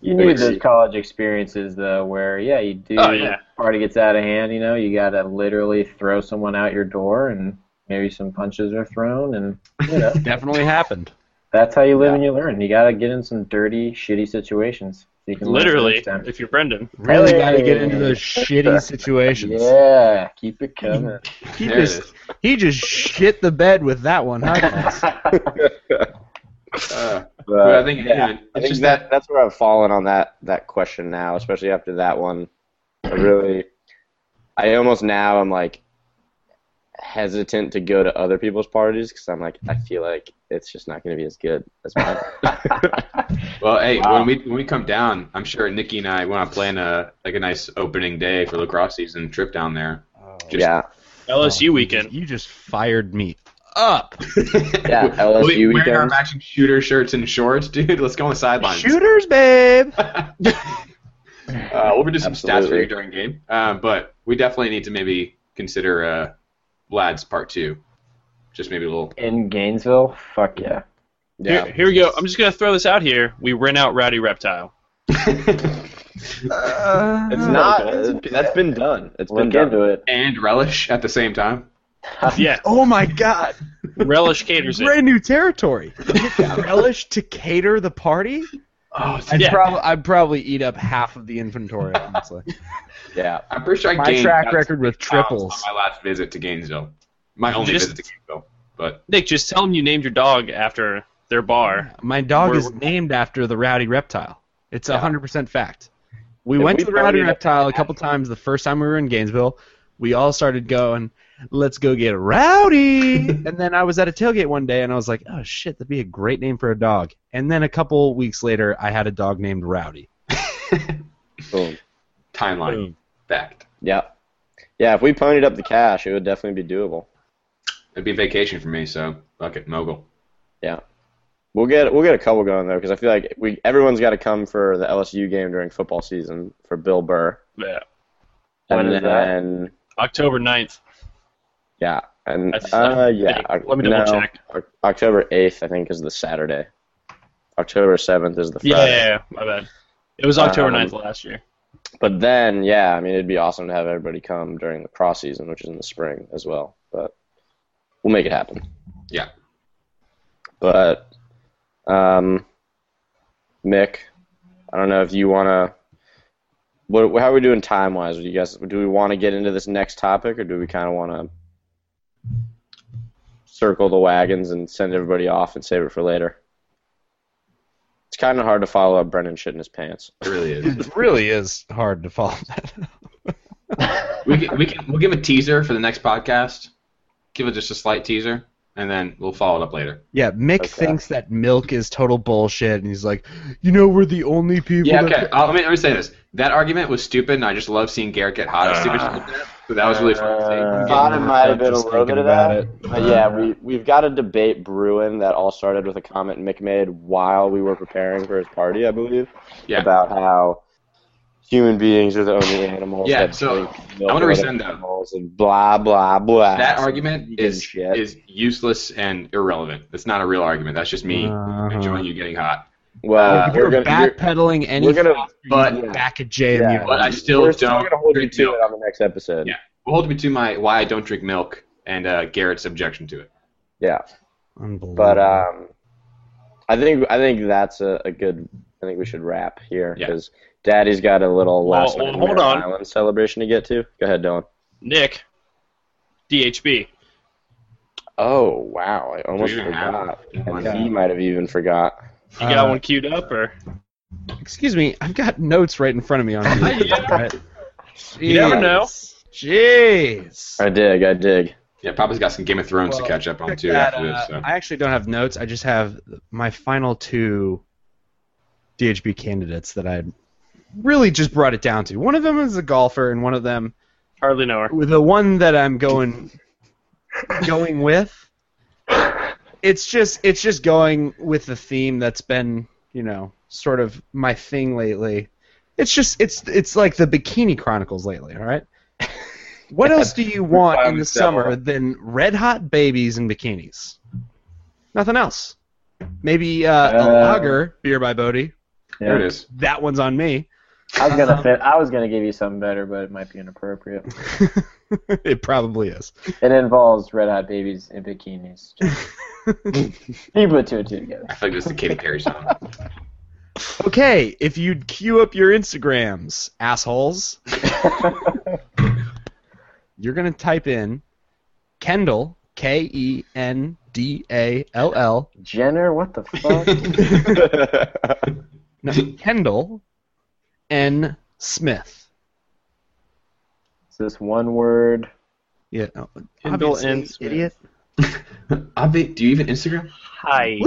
Speaker 4: You need
Speaker 3: Crazy.
Speaker 4: those college experiences though, where yeah, you do.
Speaker 5: Oh, yeah.
Speaker 4: Party gets out of hand, you know. You gotta literally throw someone out your door, and maybe some punches are thrown, and you know
Speaker 2: Definitely happened.
Speaker 4: that's how you live and you learn. You gotta get in some dirty, shitty situations. So you can learn
Speaker 5: Literally,
Speaker 4: from them.
Speaker 5: if you're Brendan.
Speaker 2: Really got to get
Speaker 4: Hey.
Speaker 2: into those shitty situations.
Speaker 4: Yeah, keep it coming.
Speaker 2: He
Speaker 1: There it
Speaker 2: just
Speaker 1: is.
Speaker 2: he just shit the bed with that one, huh? guys?
Speaker 1: Uh,
Speaker 3: But-
Speaker 1: but I think yeah, it's
Speaker 3: I think
Speaker 1: just
Speaker 3: that that's where I've fallen on that that question now, especially after that one. I really, I almost now I'm like hesitant to go to other people's parties because I'm like I feel like it's just not going to be as good as mine.
Speaker 1: Well, hey,
Speaker 3: Wow.
Speaker 1: when we when we come down, I'm sure Nikki and I want to plan a like a nice opening day for lacrosse season trip down there. Just-
Speaker 3: yeah,
Speaker 5: LSU
Speaker 3: Oh.
Speaker 5: weekend.
Speaker 2: You just fired me up.
Speaker 3: Yeah,
Speaker 1: We'll
Speaker 3: LSU
Speaker 1: be wearing our
Speaker 3: weekend.
Speaker 1: matching shooter shirts and shorts, dude. Let's go on the sidelines.
Speaker 2: Shooters, babe.
Speaker 1: uh, we'll do some stats for
Speaker 3: Absolutely.
Speaker 1: you during game. Uh, but we definitely need to maybe consider uh, Lads Part 2. Just maybe a little.
Speaker 4: in Gainesville, fuck yeah.
Speaker 3: yeah.
Speaker 5: Here, here we go. I'm just gonna throw this out here. We rent out Rowdy Reptile.
Speaker 3: It's not. it's- Oh, that's been done. It's been
Speaker 4: Look
Speaker 3: done.
Speaker 4: into it.
Speaker 1: and relish at the same time.
Speaker 5: Yeah,
Speaker 2: Oh my god,
Speaker 5: Relish caters it.
Speaker 2: brand new territory. Relish to cater the party.
Speaker 1: Oh,
Speaker 2: I'd,
Speaker 5: Yeah.
Speaker 2: prob- I'd probably eat up half of the inventory. Honestly,
Speaker 3: Yeah,
Speaker 1: I'm pretty sure I
Speaker 2: my
Speaker 1: gained
Speaker 2: track
Speaker 1: about
Speaker 2: record with
Speaker 1: 60 pounds
Speaker 2: triples.
Speaker 1: on my last visit to Gainesville. My only
Speaker 5: Just-
Speaker 1: visit to Gainesville. But
Speaker 5: Nick, just tell them you named your dog after their bar.
Speaker 2: My dog
Speaker 5: We're-
Speaker 2: is named after the rowdy reptile. It's a
Speaker 3: Yeah.
Speaker 2: hundred percent fact. We
Speaker 3: If
Speaker 2: went
Speaker 3: we
Speaker 2: to the rowdy
Speaker 3: voted-
Speaker 2: reptile a couple times. The first time we were in Gainesville, we all started going, "Let's go get rowdy." and then I was at a tailgate one day, and I was like, "Oh shit, that'd be a great name for a dog." And then a couple weeks later, I had a dog named Rowdy.
Speaker 3: boom.
Speaker 1: Timeline
Speaker 2: Boom.
Speaker 1: fact.
Speaker 3: Yeah. Yeah, if we ponied up the cash, it would definitely be doable.
Speaker 1: It'd be vacation for me, so fuck it, mogul.
Speaker 3: We'll get we'll get a couple going though, because I feel like we everyone's got to come for the LSU game during football season for Bill Burr,
Speaker 5: Yeah.
Speaker 4: When
Speaker 3: and
Speaker 4: is that?
Speaker 3: then
Speaker 5: uh, October 9th.
Speaker 3: yeah, and
Speaker 5: That's-
Speaker 3: uh, yeah,
Speaker 5: Hey, let me double
Speaker 3: no,
Speaker 5: check.
Speaker 3: Oc- October eighth I think is the Saturday. October seventh is the Friday.
Speaker 5: Yeah, yeah, yeah, my bad. It was October
Speaker 3: Um,
Speaker 5: ninth 9th last year.
Speaker 3: But then, yeah, I mean, it'd be awesome to have everybody come during the cross season, which is in the spring as well. But we'll make it happen.
Speaker 1: Yeah.
Speaker 3: But, um, Mick, I don't know if you want to. What, how are we doing time wise? Do you guys do we want to get into this next topic, or do we kind of want to circle the wagons and send everybody off and save it for later? It's kind of hard to follow up Brendan shit in his pants.
Speaker 1: It really is.
Speaker 2: It really is hard to follow that.
Speaker 1: we can, we can we'll give a teaser for the next podcast. Give it just a slight teaser, and then we'll follow it up later.
Speaker 2: Yeah, Mick
Speaker 3: Okay.
Speaker 2: thinks that milk is total bullshit, and he's like, you know, we're the only people.
Speaker 1: Yeah,
Speaker 2: that-
Speaker 1: okay. I'll, let, me, let me say this. That argument was stupid, and I just love seeing Garrett get hot. at stupid shit. so that was really fun to see.
Speaker 4: Uh,
Speaker 1: Yeah.
Speaker 3: Ah. Bottom might have been a
Speaker 2: Just
Speaker 3: little bit
Speaker 2: thinking
Speaker 3: of that.
Speaker 2: about
Speaker 3: But yeah, we, we've got a debate brewing that all started with a comment Mick made while we were preparing for his party, I believe,
Speaker 1: Yeah.
Speaker 3: about how human beings are the only animals
Speaker 1: Yeah,
Speaker 3: that
Speaker 1: so
Speaker 3: drink milk
Speaker 1: I wanna
Speaker 3: of other
Speaker 1: resend that.
Speaker 3: animals and blah, blah, blah.
Speaker 1: that argument
Speaker 3: Vegan
Speaker 1: is
Speaker 3: shit.
Speaker 1: is useless and irrelevant. It's not a real argument. That's just me
Speaker 2: Uh-huh.
Speaker 1: enjoying you getting hot.
Speaker 3: well,
Speaker 1: Uh,
Speaker 3: we're
Speaker 2: You're
Speaker 3: going to...
Speaker 2: backpedaling any
Speaker 3: We're gonna,
Speaker 2: but
Speaker 3: yeah.
Speaker 2: back at J
Speaker 3: Yeah.
Speaker 2: and
Speaker 1: But I still
Speaker 3: we're still
Speaker 1: don't
Speaker 3: going to hold you
Speaker 1: drink
Speaker 3: to
Speaker 1: milk.
Speaker 3: it on the next episode.
Speaker 1: Yeah. We'll hold me to my why I don't drink milk and uh, Garrett's objection to it.
Speaker 3: yeah.
Speaker 2: Unbelievable.
Speaker 3: But um, I think I think that's a, a good. I think we should wrap here
Speaker 1: Yeah.
Speaker 3: because Daddy's got a little
Speaker 5: Well,
Speaker 3: last
Speaker 5: well,
Speaker 3: minute
Speaker 5: hold
Speaker 3: Merritt
Speaker 5: on.
Speaker 3: Island celebration to get to. Go ahead, Dylan.
Speaker 5: Nick, DHB.
Speaker 3: Oh wow! I almost
Speaker 1: even
Speaker 3: forgot.
Speaker 1: have
Speaker 3: And
Speaker 1: one?
Speaker 3: he might have even forgot.
Speaker 5: You got
Speaker 2: Uh,
Speaker 5: one queued up, or
Speaker 2: excuse me, I've got notes right in front of me on you. Right?
Speaker 5: you never know.
Speaker 2: Jeez.
Speaker 3: I dig. I dig.
Speaker 1: Yeah, Papa's got some Game of Thrones
Speaker 2: Well,
Speaker 1: to catch up on
Speaker 2: Check
Speaker 1: too
Speaker 2: that,
Speaker 1: after this.
Speaker 2: uh,
Speaker 1: So.
Speaker 2: I actually don't have notes. I just have my final two DHB candidates that I really just brought it down to. One of them is a golfer, and one of them,
Speaker 5: Hardly know her.
Speaker 2: the one that I'm going going with, it's just it's just going with the theme that's been you know sort of my thing lately. It's just it's it's like the Bikini Chronicles lately. All right. What else do you want in
Speaker 3: finally
Speaker 2: the
Speaker 3: settled.
Speaker 2: summer than red hot babies in bikinis? Nothing else. Maybe uh, a
Speaker 4: Uh,
Speaker 2: lager beer by Bodie.
Speaker 1: There it is.
Speaker 2: That one's on me.
Speaker 4: I was gonna fit, I was gonna give you something better, but it might be inappropriate.
Speaker 2: it probably is.
Speaker 4: It involves red hot babies in bikinis. Just- you put two and two together.
Speaker 1: I feel like this is a Katy Perry song.
Speaker 2: Okay, if you'd queue up your Instagrams, assholes, you're going to type in Kendall, K E N D A L L.
Speaker 4: Jenner, what the fuck?
Speaker 3: Oh,
Speaker 2: No, Kendall N. Smith.
Speaker 4: It's this one word.
Speaker 2: Yeah. no,
Speaker 5: Kendall
Speaker 2: obviously,
Speaker 5: N. Smith.
Speaker 2: Idiot.
Speaker 1: Abhi, do you even Instagram?
Speaker 5: Hi.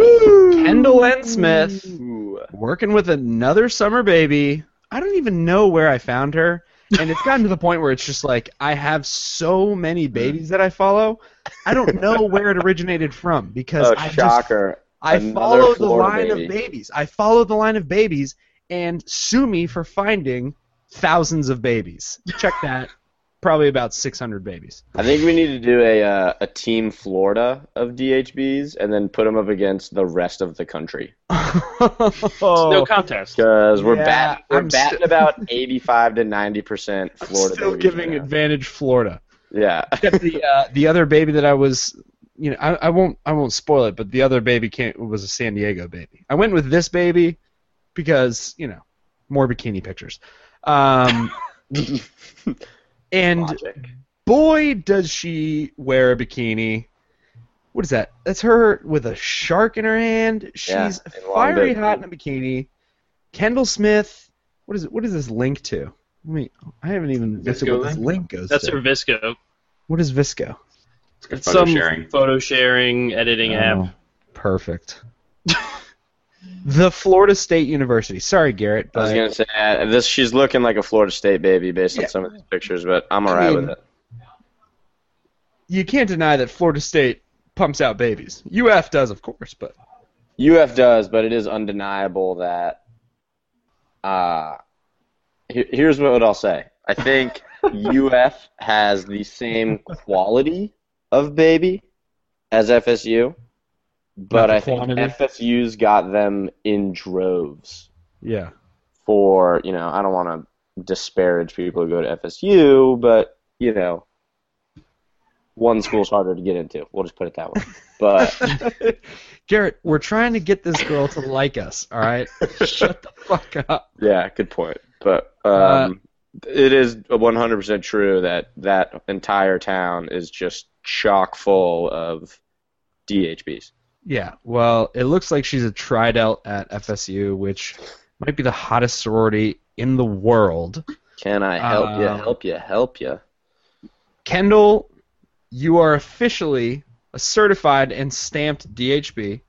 Speaker 2: Kendall N. Smith.
Speaker 3: Ooh.
Speaker 2: working with another summer baby. I don't even know where I found her. And it's gotten to the point where it's just like I have so
Speaker 3: Hmm.
Speaker 2: many babies that I follow. I don't know where it originated from because
Speaker 3: Oh,
Speaker 2: I just
Speaker 3: shocker!
Speaker 2: I
Speaker 3: Another
Speaker 2: follow the
Speaker 3: Florida
Speaker 2: line
Speaker 3: baby.
Speaker 2: of babies. I follow the line of babies and sue me for finding thousands of babies. Check that. Probably about 600 babies.
Speaker 3: I think we need to do a uh, a team Florida of DHBs and then put them up against the rest of the country.
Speaker 2: Oh,
Speaker 5: No contest.
Speaker 3: Because we're
Speaker 2: Yeah,
Speaker 3: batting, we're
Speaker 2: I'm
Speaker 3: batting
Speaker 2: sti-
Speaker 3: about eighty-five to ninety percent
Speaker 2: I'm
Speaker 3: Florida.
Speaker 2: still
Speaker 3: babies
Speaker 2: giving
Speaker 3: right now.
Speaker 2: advantage Florida.
Speaker 3: Yeah,
Speaker 2: Except the uh, the other baby that I was, you know, I, I won't I won't spoil it, but the other baby came, was a San Diego baby. I went with this baby because you know more bikini pictures, um, and
Speaker 3: logic.
Speaker 2: boy does she wear a bikini. What is that? That's her with a shark in her hand. She's
Speaker 3: Yeah, and long
Speaker 2: fiery
Speaker 3: bit.
Speaker 2: hot in a bikini. Kendall Smith. What is it? What is this link to? Let me. I haven't even looked at
Speaker 1: Visco
Speaker 2: what this link goes
Speaker 5: That's
Speaker 2: to.
Speaker 5: her Visco.
Speaker 2: What is Visco?
Speaker 1: It's good
Speaker 5: It's
Speaker 1: photo
Speaker 5: some
Speaker 1: sharing.
Speaker 5: photo sharing editing app.
Speaker 2: Perfect. Oh, The Florida State University. Sorry, Garrett.
Speaker 3: I was
Speaker 2: but-
Speaker 3: gonna say uh, this. She's looking like a Florida State baby based
Speaker 2: Yeah.
Speaker 3: on some of these pictures, but I'm
Speaker 2: I
Speaker 3: alright
Speaker 2: mean-
Speaker 3: with it.
Speaker 2: you can't deny that Florida State pumps out babies. UF does, of course, but
Speaker 3: UF does, but it is undeniable that. Uh, he- here's what I'll say. I think UF has the same quality of baby as FSU,
Speaker 2: Not
Speaker 3: but
Speaker 2: the
Speaker 3: I think
Speaker 2: quantity.
Speaker 3: FSU's got them in droves.
Speaker 2: yeah,
Speaker 3: For you know, I don't want to disparage people who go to FSU, but you know, one school's harder to get into. We'll just put it that way. But
Speaker 2: Garrett, we're trying to get this girl to like us. All right, shut the fuck up.
Speaker 3: Yeah, good point. But um,
Speaker 2: Uh,
Speaker 3: it is 100% true that that entire town is just chock full of DHBs.
Speaker 2: Yeah, well, it looks like she's a tridelt at FSU, which might be the hottest sorority in the world.
Speaker 3: Can I help you?
Speaker 2: Um,
Speaker 3: Help you? Help you?
Speaker 2: Kendall, you are officially a certified and stamped DHB.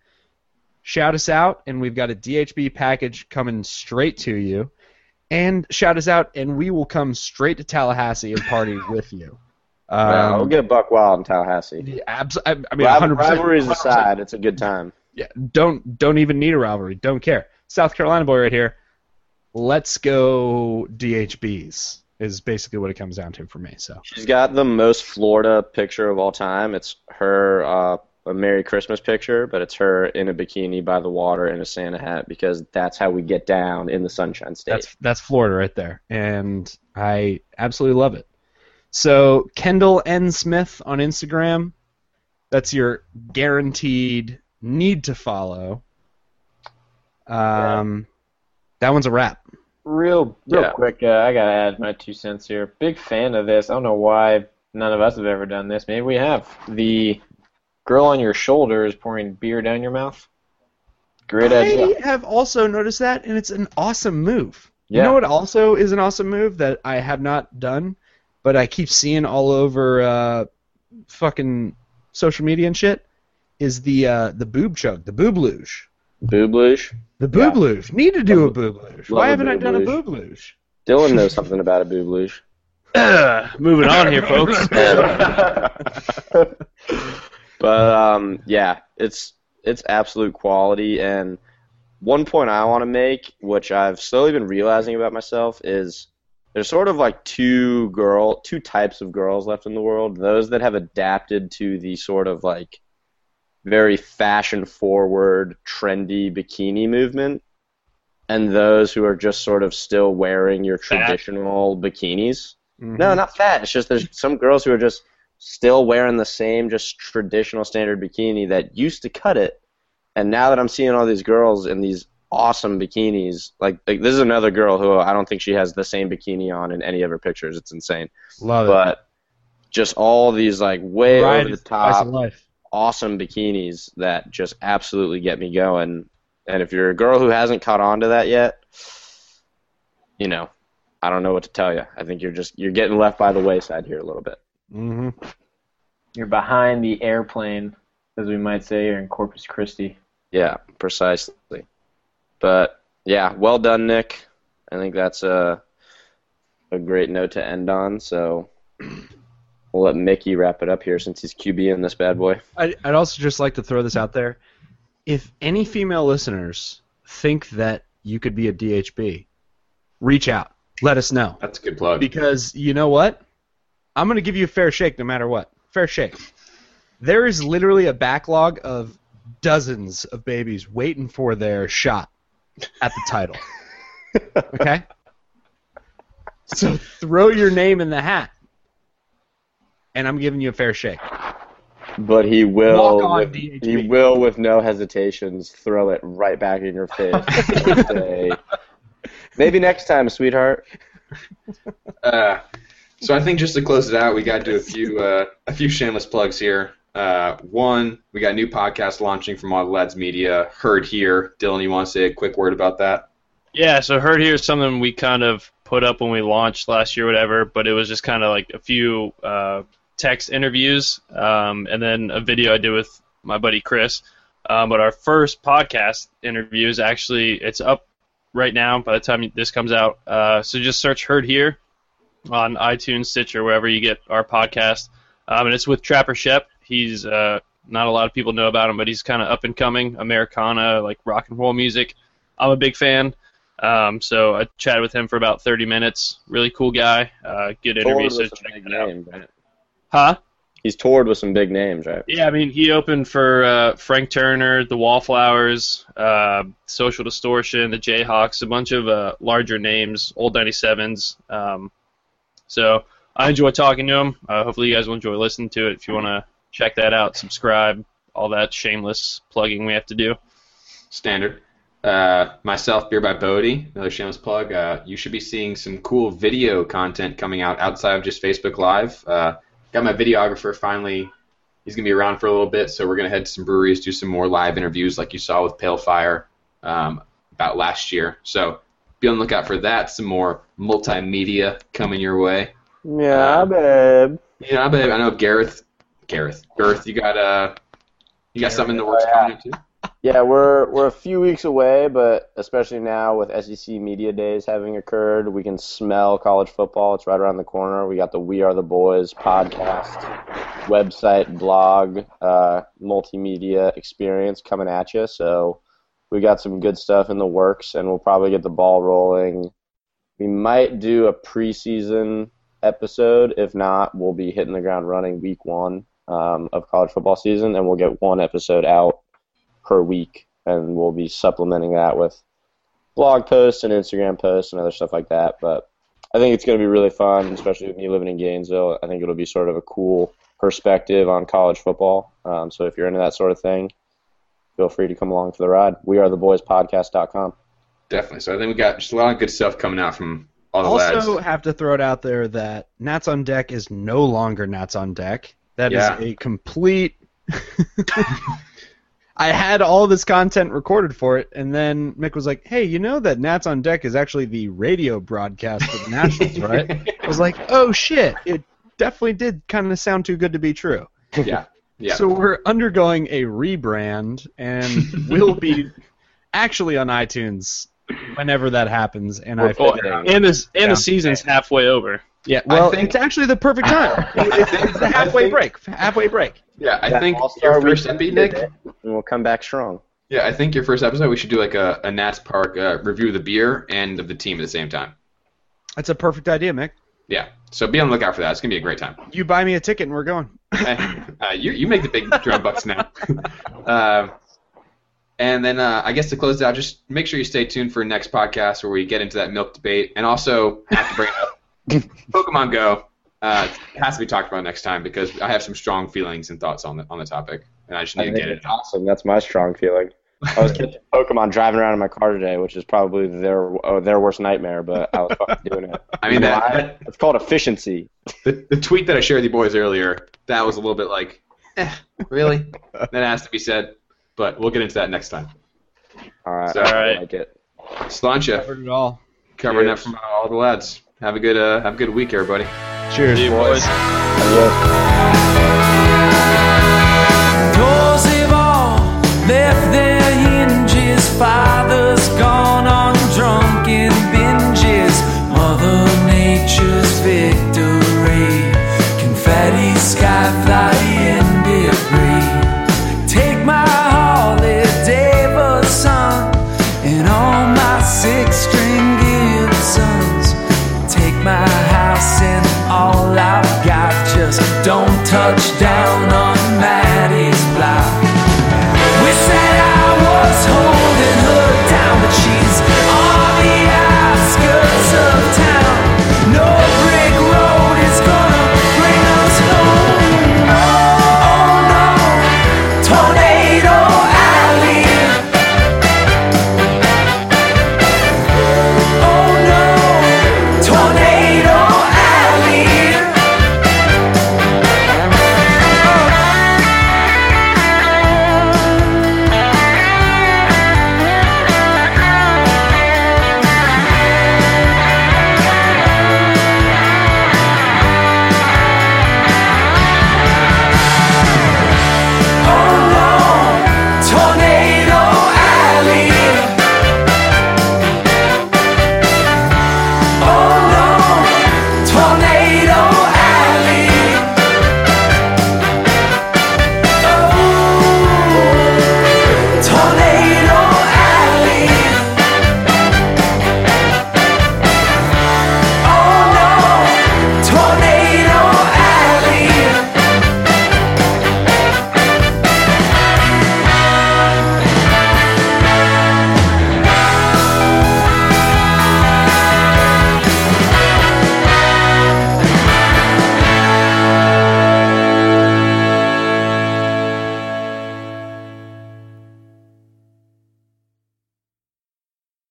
Speaker 2: Shout us out, and we've got a DHB package coming straight to you. And shout us out, and we will come straight to Tallahassee and party with you. Um,
Speaker 3: Wow, we'll get Buck Wild in Tallahassee.
Speaker 2: yeah, abs- I, I mean, 100%.
Speaker 3: Rival- rivalries aside, it's a good time.
Speaker 2: Yeah, don't don't even need a rivalry. Don't care. South Carolina boy right here. Let's go DHBs is basically what it comes down to for me. So
Speaker 3: She's got the most Florida picture of all time. It's her uh, a Merry Christmas picture, but it's her in a bikini by the water in a Santa hat because that's how we get down in the Sunshine State.
Speaker 2: That's that's Florida right there, and I absolutely love it. So Kendall N Smith on Instagram, that's your guaranteed need to follow. Um, that one's a wrap.
Speaker 4: Real, real
Speaker 3: Yeah.
Speaker 4: quick, uh, I gotta add my two cents here. Big fan of this. I don't know why none of us have ever done this. Maybe we have. The girl on your shoulder is pouring beer down your mouth. Great idea.
Speaker 2: I have also noticed that, and it's an awesome move. You
Speaker 4: Yeah.
Speaker 2: know what also is an awesome move that I have not done, but I keep seeing all over uh, fucking social media and shit is the uh, the boob chug, the boob luge.
Speaker 3: Boob luge.
Speaker 2: The boob
Speaker 3: Yeah.
Speaker 2: luge. Need to do
Speaker 3: Love-
Speaker 2: a boob luge.
Speaker 3: love
Speaker 2: Why
Speaker 3: a
Speaker 2: haven't I
Speaker 3: boob
Speaker 2: done a
Speaker 3: luge.
Speaker 2: boob luge?
Speaker 3: Dylan knows something about a boob luge.
Speaker 5: moving on here, folks.
Speaker 3: but um, yeah, it's it's absolute quality. And one point I want to make, which I've slowly been realizing about myself, is there's sort of like two girl, two types of girls left in the world. Those that have adapted to the sort of like very fashion forward, trendy bikini movement, and those who are just sort of still wearing your
Speaker 5: Fat.
Speaker 3: traditional bikinis.
Speaker 2: Mm-hmm.
Speaker 3: No, not fat. It's just there's some girls who are just still wearing the same just traditional standard bikini that used to cut it, and now that I'm seeing all these girls in these awesome bikinis, like like this is another girl who I don't think she has the same bikini on in any of her pictures. It's insane,
Speaker 2: Love
Speaker 3: but just all these like way
Speaker 2: it. Ride Oh,
Speaker 3: over the
Speaker 2: is price of
Speaker 3: top
Speaker 2: life.
Speaker 3: awesome bikinis that just absolutely get me going. And if you're a girl who hasn't caught on to that yet, you know, I don't know what to tell you. I think you're just you're getting left by the wayside here a little bit.
Speaker 2: hmm
Speaker 4: You're behind the airplane, as we might say here in Corpus Christi.
Speaker 3: Yeah, precisely. But yeah, well done, Nick. I think that's a a great note to end on. So we'll let Mickey wrap it up here since he's QB in this bad boy.
Speaker 2: I, I'd also just like to throw this out there. If any female listeners think that you could be a DHB, reach out. Let us know.
Speaker 1: That's a good plug.
Speaker 2: Because you know what? I'm going to give you a fair shake no matter what. Fair shake. There is literally a backlog of dozens of babies waiting for their shot at the title. okay? So throw your name in the hat. And I'm giving you a fair shake.
Speaker 3: But he will
Speaker 2: Walk on,
Speaker 3: with,
Speaker 2: DHB.
Speaker 3: he will with no hesitations throw it right back in your face. and say, Maybe next time, sweetheart.
Speaker 1: Uh, so I think just to close it out, we got to do a few uh, a few shameless plugs here. Uh, one, we got a new podcast launching from Model Lads Media, Heard Here. Dylan, you want to say a quick word about that?
Speaker 5: Yeah, so Herd Here is something we kind of put up when we launched last year, whatever, but it was just kind of like a few uh, text interviews um, and then a video I did with my buddy Chris. Um, but our first podcast interview is actually it's up right now. By the time this comes out, uh, so just search "Heard Here" on iTunes, Stitcher, wherever you get our podcast. Um, and it's with Trapper Shep. He's uh, not a lot of people know about him, but he's kind of up and coming Americana, like rock and roll music. I'm a big fan. Um, so I chatted with him for about 30 minutes. Really cool guy. Uh, good interview.
Speaker 3: Toured
Speaker 5: So
Speaker 3: with some
Speaker 5: check
Speaker 3: big
Speaker 5: that out.
Speaker 3: names, right?
Speaker 5: Huh?
Speaker 3: He's toured with some big names, right?
Speaker 5: Yeah, I mean, he opened for uh, Frank Turner, the Wallflowers, uh, Social Distortion, the Jayhawks, a bunch of uh, larger names, old 97s. Um, so I enjoy talking to him. Uh, hopefully, you guys will enjoy listening to it. If you want to check that out, subscribe, all that shameless plugging we have to do.
Speaker 1: Standard. Uh, myself, Beer by Bodie, another shameless plug. Uh, you should be seeing some cool video content coming out outside of just Facebook Live. Uh, got my videographer finally. He's going to be around for a little bit, so we're going to head to some breweries, do some more live interviews like you saw with Pale Fire um, about last year. So be on the lookout for that. Some more multimedia coming your way.
Speaker 3: Yeah, babe.
Speaker 1: Yeah, I bet- I know Gareth. Gareth. Gareth, you got uh, you got something in the works
Speaker 3: Oh, yeah.
Speaker 1: coming up too.
Speaker 3: Yeah, we're we're a few weeks away, but especially now with SEC media days having occurred, we can smell college football. It's right around the corner. We got the We Are the Boys podcast, website, blog, uh, multimedia experience coming at you. So we got some good stuff in the works, and we'll probably get the ball rolling. We might do a preseason episode. If not, we'll be hitting the ground running week one um, of college football season, and we'll get one episode out per week, and we'll be supplementing that with blog posts and Instagram posts and other stuff like that. But I think it's going to be really fun, especially with me living in Gainesville. I think it'll be sort of a cool perspective on college football. Um, so if you're into that sort of thing, feel free to come along for the ride. We are the boys podcast.com.
Speaker 1: Definitely. So I think we got just a lot of good stuff coming out from all the
Speaker 2: also
Speaker 1: lads.
Speaker 2: have to throw it out there that Nats on Deck is no longer Nats on Deck. That is
Speaker 1: Yeah.
Speaker 2: a complete. I had all this content recorded for it, and then Mick was like, "Hey, you know that Nats on Deck is actually the radio broadcast of the Nationals, right?" I was like, "Oh shit! It definitely did kind of sound too good to be true."
Speaker 1: yeah. Yeah.
Speaker 2: So we're undergoing a rebrand, and we'll be actually on iTunes whenever that happens. And
Speaker 1: We're
Speaker 2: I
Speaker 1: floating around.
Speaker 5: And this and
Speaker 2: Yeah.
Speaker 5: the season's halfway over.
Speaker 2: yeah,
Speaker 1: I
Speaker 2: well,
Speaker 1: think-
Speaker 2: it's actually the perfect time.
Speaker 1: I think-
Speaker 2: It's a
Speaker 1: I
Speaker 2: halfway
Speaker 1: think-
Speaker 2: break. Halfway break.
Speaker 1: Yeah, I
Speaker 3: That
Speaker 1: think
Speaker 3: All-Star
Speaker 1: your first
Speaker 3: weekend
Speaker 1: epi,
Speaker 3: did
Speaker 1: Nick.
Speaker 3: it, And we'll come back strong.
Speaker 1: Yeah, I think your first episode we should do like a, a Nats Park uh, review of the beer and of the team at the same time.
Speaker 2: That's a perfect idea, Mick.
Speaker 1: Yeah. So be on the lookout for that. It's gonna be a great time.
Speaker 2: You buy me a ticket, and we're going.
Speaker 1: Hey, uh, you you make the big drum bucks now. Um and then uh, I guess to close it out, just make sure you stay tuned for next podcast where we get into that milk debate, and also have to bring up Pokemon Go. Uh, it has to be talked about next time because I have some strong feelings and thoughts on the on the topic, and I just need
Speaker 3: I
Speaker 1: to
Speaker 3: think
Speaker 1: get it
Speaker 3: it's
Speaker 1: out.
Speaker 3: awesome. That's my strong feeling. I was catching Pokemon driving around in my car today, which is probably their oh, their worst nightmare, but I was fucking doing it.
Speaker 1: I mean, that, that,
Speaker 3: it's called efficiency.
Speaker 1: the, the tweet that I shared with you boys earlier, that was a little bit like, eh, really? that has to be said, but we'll get into that next time.
Speaker 3: All right.
Speaker 1: So-
Speaker 3: I
Speaker 5: Alright.
Speaker 3: like it.
Speaker 1: Slancha,
Speaker 2: Covered it all.
Speaker 1: covering that from all the lads. Have a good uh, have a good week, everybody.
Speaker 2: Cheers,
Speaker 5: See you,
Speaker 2: boys.
Speaker 5: boys.
Speaker 3: Adios.
Speaker 6: Doors have all left their hinges. Father's gone on drunken binges. Mother Nature's victory. Confetti sky fly in debris. Take my holiday, but son, and all my six string Gibsons. Take my house and all I've got. Just don't touch down on Maddie's block. We said I was holding her down, but she's on the Oh, Oh, Oh, Oh, Oh,